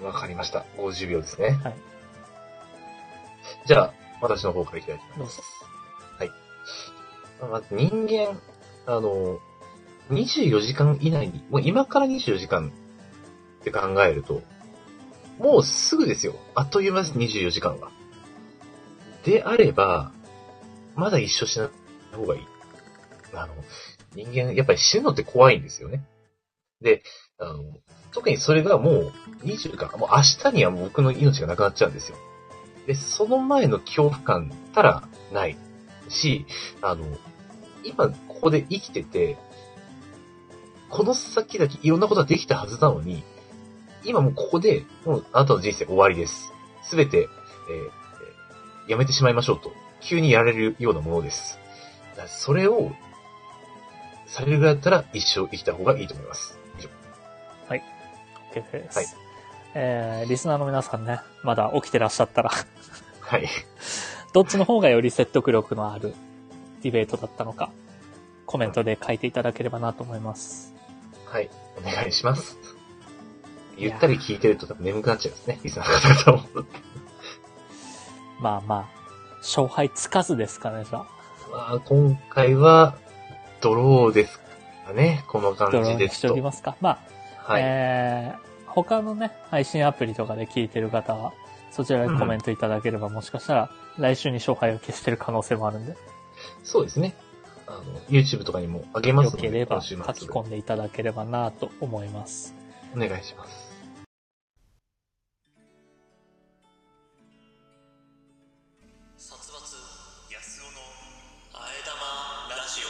B: わかりました。50秒ですね。
A: はい。
B: じゃあ、私の方からいきたいと思います
A: どうぞ。
B: まあ人間、あの、24時間以内に、もう今から24時間って考えると、もうすぐですよ。あっという間です、24時間は。であれば、まだ一緒しない方がいい。あの、人間、やっぱり死ぬのって怖いんですよね。で、あの、特にそれがもう20か、もう明日にはもう僕の命がなくなっちゃうんですよ。で、その前の恐怖感たらないし、あの、今ここで生きてて、この先だけいろんなことができたはずなのに、今もうここで、もうあなたの人生終わりです。すべて、えーえーやめてしまいましょうと、急にやられるようなものです。だからそれを、されるぐらいだったら一生生きた方がいいと思います。以上
A: OK です。
B: はい
A: えー、リスナーの皆さんね、まだ起きてらっしゃったら、
B: はい。
A: どっちの方がより説得力のあるディベートだったのか、コメントで書いていただければなと思います。
B: はい。お願いします。ゆったり聞いてると多分眠くなっちゃいますね。リスナーの方々も。
A: まあまあ、勝敗つかずですかね、じゃあ。
B: まあ、今回は、ドローですかね。この感
A: ドロ
B: じ
A: ー
B: で
A: にし
B: す
A: てお
B: と
A: き。ますか。まあ、
B: はい。
A: えー、他のね、配信アプリとかで聞いてる方は、そちらでコメントいただければ、もしかしたら、来週に勝敗を消してる可能性もあるんで、
B: そうですね。あの、YouTube とかにもあげます
A: 良
B: の
A: け
B: で、
A: れば
B: 今
A: 書き
B: 週末で
A: 込んでいただければなと思います。
B: お願いします。
E: 殺伐安男のあえ玉ラジオ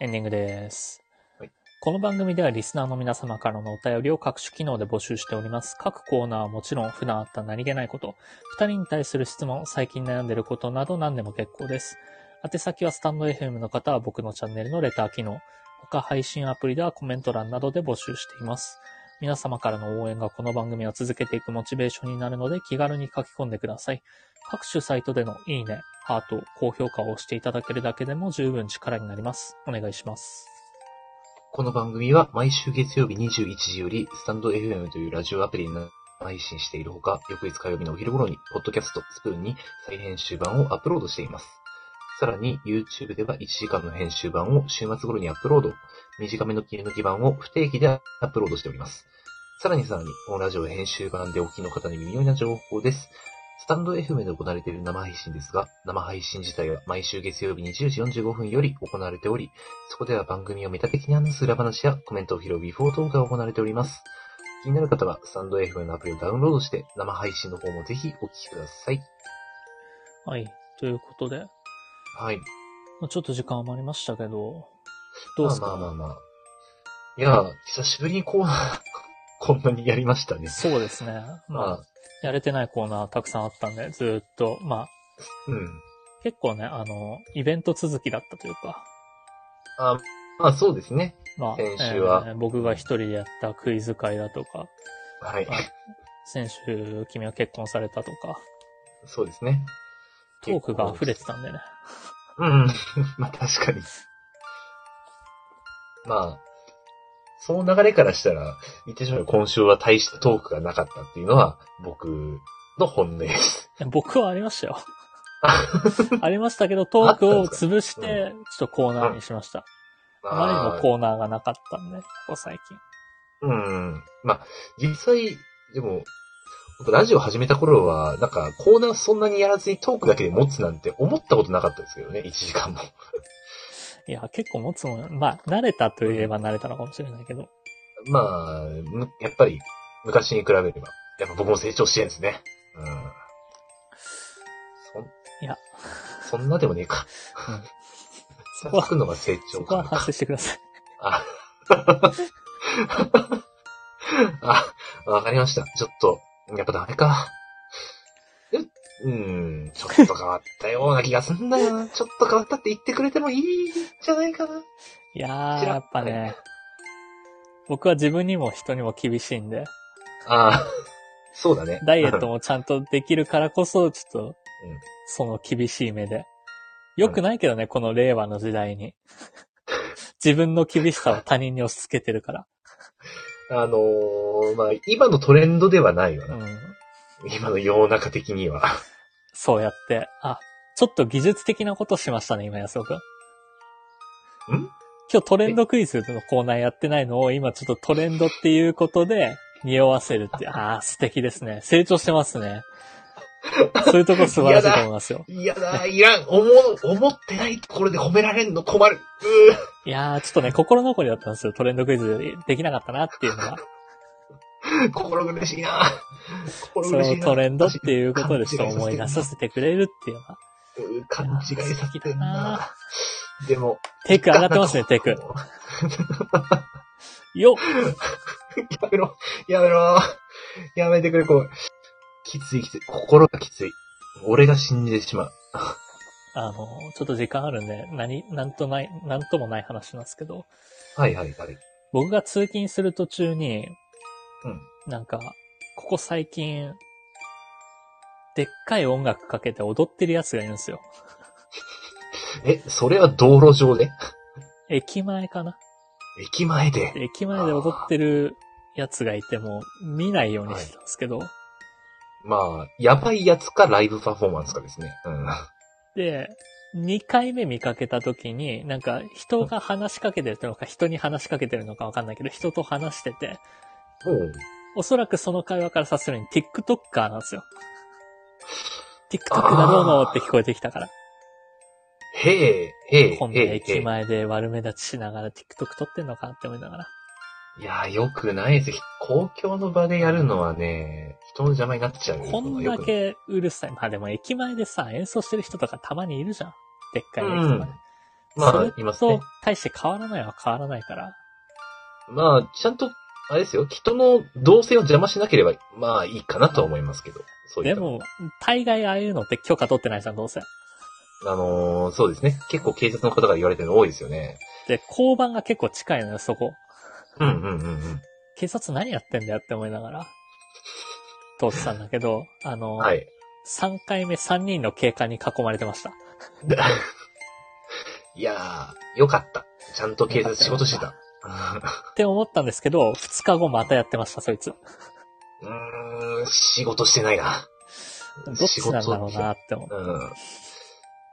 A: エンディングです。
B: はい
A: この番組ではリスナーの皆様からのお便りを各種機能で募集しております。各コーナーはもちろん普段あった何気ないこと、二人に対する質問、最近悩んでることなど何でも結構です。宛先はスタンド FM の方は僕のチャンネルのレター機能、他配信アプリではコメント欄などで募集しています。皆様からの応援がこの番組を続けていくモチベーションになるので気軽に書き込んでください。各種サイトでのいいね、ハート、高評価を押していただけるだけでも十分力になります。お願いします。
B: この番組は毎週月曜日21時より、スタンド FM というラジオアプリに配信しているほか、翌日火曜日のお昼頃に、ポッドキャストスプーンに再編集版をアップロードしています。さらに、YouTube では1時間の編集版を週末頃にアップロード、短めの切り抜き版を不定期でアップロードしております。さらにさらに、このラジオ編集版でお聞きの方に微妙な情報です。スタンド FM で行われている生配信ですが、生配信自体は毎週月曜日20時45分より行われており、そこでは番組をメタ的に話す裏話やコメントを拾うビフォートークが行われております。気になる方は、スタンド FM のアプリをダウンロードして、生配信の方もぜひお聞きください。
A: はい。ということで、
B: はい。
A: まあちょっと時間余りましたけど、どうですか、
B: まあまあまあまあ。いやー、久しぶりにコーナー、 こんなにやりましたね。
A: そうですね。まあ
B: まあ、、
A: やれてないコーナーたくさんあったんで、ずーっと、まあ、
B: うん。
A: 結構ね、あの、イベント続きだったというか、
B: あまあそうですね。
A: まあ、
B: 先週は
A: えー僕が一人でやったクイズ会だとか、
B: はい。
A: まあ先週君は結婚されたとか、
B: そうですね。
A: トークが溢れてたんでね。
B: うん。 まあ確かに。まあ、その流れからしたら、言ってしまえば今週は大したトークがなかったっていうのは、僕の本音です。
A: いや 僕はありましたよ。ありましたけど、トークを潰して、
B: あ
A: ちょっとコーナーにしました。あまりにもコーナーがなかったんで、ここ最近。
B: うん。まあ、実際、でも、僕ラジオ始めた頃は、なんか、コーナーそんなにやらずにトークだけで持つなんて思ったことなかったですけどね、1時間も。
A: いや、結構持つもん。まあ、慣れたといえば慣れたのかもしれないけど。
B: まあ、むやっぱり、昔に比べれば、やっぱ僕も成長してるんですね。うん。そん
A: いや。
B: そんなでもねえか。
A: そこ
B: 作
A: は、
B: るのが成
A: そ
B: 長
A: こは
B: か。
A: 反省してください。
B: あ、あ、わかりました。ちょっと、やっぱダメか。えうん、ちょっと変わったような気がすんだよな。ちょっと変わったって言ってくれてもいいんじゃないかな。
A: いや
B: 知
A: ー、
B: らん
A: やっぱね、僕は自分にも人にも厳しいんで、
B: ああ、そうだね。
A: ダイエットもちゃんとできるからこそ、ちょっと
B: うん、
A: その厳しい目で。よくないけどね、この令和の時代 に。自分の厳しさを他人に押し付けてるから。
B: あのー、まあ、今のトレンドではないよ
A: う
B: な。
A: ん。
B: 今の世の中的には。
A: そうやって。あ、ちょっと技術的なことしましたね、今安尾くん。
B: ん
A: 今日トレンドクイズのコーナーやってないのを、今ちょっとトレンドっていうことで、匂わせるって、ああ、素敵ですね。成長してますね。そういうとこ素晴らしいと思いますよ。
B: いやだ、いらん。思う、思ってないところで褒められんの困る。
A: いやー、ちょっとね、心残りだったんですよ。トレンドクイズできなかったなっていうのが。
B: うー心苦しいな。心
A: そ
B: 苦しい
A: の
B: な。
A: トレンドっていうことでちょっと思い出させてくれるっていうのは。
B: うー勘違いさせて
A: い
B: ん
A: やー
B: な。でも。
A: テク上がってますね、テク。よっ
B: やめろ、やめろ。やめてくれ、こう。きついきつい。心がきつい。俺が死んでしまう。
A: あの、ちょっと時間あるんで、何、なんとない、なんともない話なんですけど、
B: はいはいはい。
A: 僕が通勤する途中に、
B: うん
A: なんか、ここ最近、でっかい音楽かけて踊ってるやつがいるんですよ。
B: え、それは道路上で
A: 駅前かな
B: 駅前で。
A: 駅前で踊ってるやつがいても、見ないようにしてたんですけど、
B: まあ、やばいやつかライブパフォーマンスかですね。うん。
A: で、2回目見かけた時に、なんか人が話しかけてるのか、人に話しかけてるのかわかんないけど、人と話してて、
B: おう
A: おそらくその会話から察するに TikToker なんですよ。TikTok だどうもって聞こえてきたから。
B: へえ、へえ、
A: 今度
B: へえ、へ
A: 駅前で悪目立ちしながら TikTok 撮ってんのかなって思いながら。
B: え。いやー、よくないです。公共の場でやるのはね、人の邪魔になっちゃうよ。
A: こんだけうるさい。まあでも駅前でさ、演奏してる人とかたまにいるじゃん。でっかい駅
B: う
A: とか
B: ん
A: で。
B: まあ
A: それ
B: いますね
A: と、大して変わらないは変わらないから。
B: まあ、ちゃんと、あれですよ、人の動線を邪魔しなければ、まあいいかなとは思いますけど。そうい
A: で
B: ったの
A: も、大概ああいうのって許可取ってないじゃん、どうせ。
B: あのー、そうですね。結構警察の方が言われてるの多いですよね。
A: で、交番が結構近いのよ、そこ。
B: うんうんうんうん。
A: 警察何やってんだよって思いながら、通ってたんだけど、あの、
B: はい。
A: 3回目3人の警官に囲まれてました。
B: いやー、よかった。ちゃんと警察仕事してた。
A: って思ったんですけど、2日後またやってました、そいつ。
B: うーん、仕事してないな。
A: どっちなんだろうなって思う。
B: うん。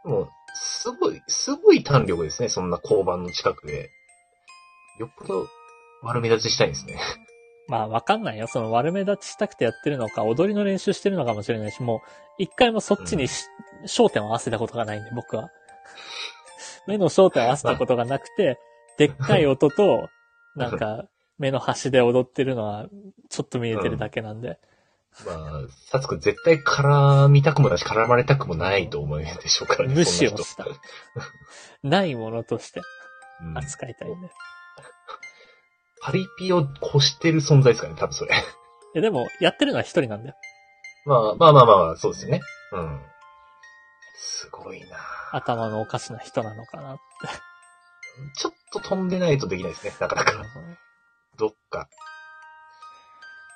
B: もう、すごい、すごい弾力ですね、そんな交番の近くで。よっぽど悪目立ちしたいんですね。
A: まあわかんないよ。その悪目立ちしたくてやってるのか、踊りの練習してるのかもしれないし、もう一回もそっちにし、焦点を合わせたことがないんで、僕は。 目の焦点を合わせたことがなくて、でっかい音と、なんか、目の端で踊ってるのは、ちょっと見えてるだけなんで。
B: まあ、サツくん絶対絡みたくもないし、絡まれたくもないと思うでしょうからね。
A: 無視を
B: そんな人
A: したないものとして
B: うん
A: 扱いたいんで。
B: パリピを越してる存在ですからね、多分それ。
A: いやでも、やってるのは一人なんだよ。
B: まあ、まあまあまあまあ、そうですよね。うん。すごいな
A: 頭のおかしな人なのかなって。
B: ちょっと飛んでないとできないですね、なかなか。どっか。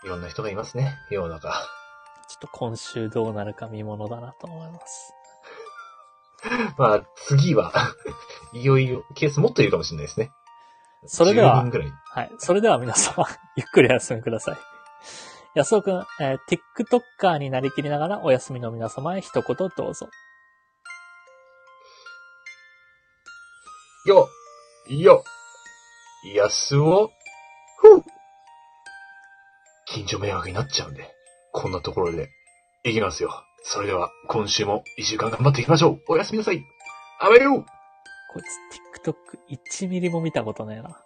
B: いろんな人がいますね、世の中。
A: ちょっと今週どうなるか見ものだなと思います。
B: まあ、次は、 いよいよ、ケースもっといるかもしれないですね。
A: それでは
B: 10人ぐらい。
A: はい。それでは皆様、 ゆっくりお休みください。安尾くん、えー、TikToker になりきりながらお休みの皆様へ一言どうぞ。
B: よよ安をふう近所迷惑になっちゃうんで、こんなところで、いきますよ。それでは、今週も一週間頑張っていきましょうおやすみなさいあめよう
A: こいつ TikTok1 ミリも見たことねえな。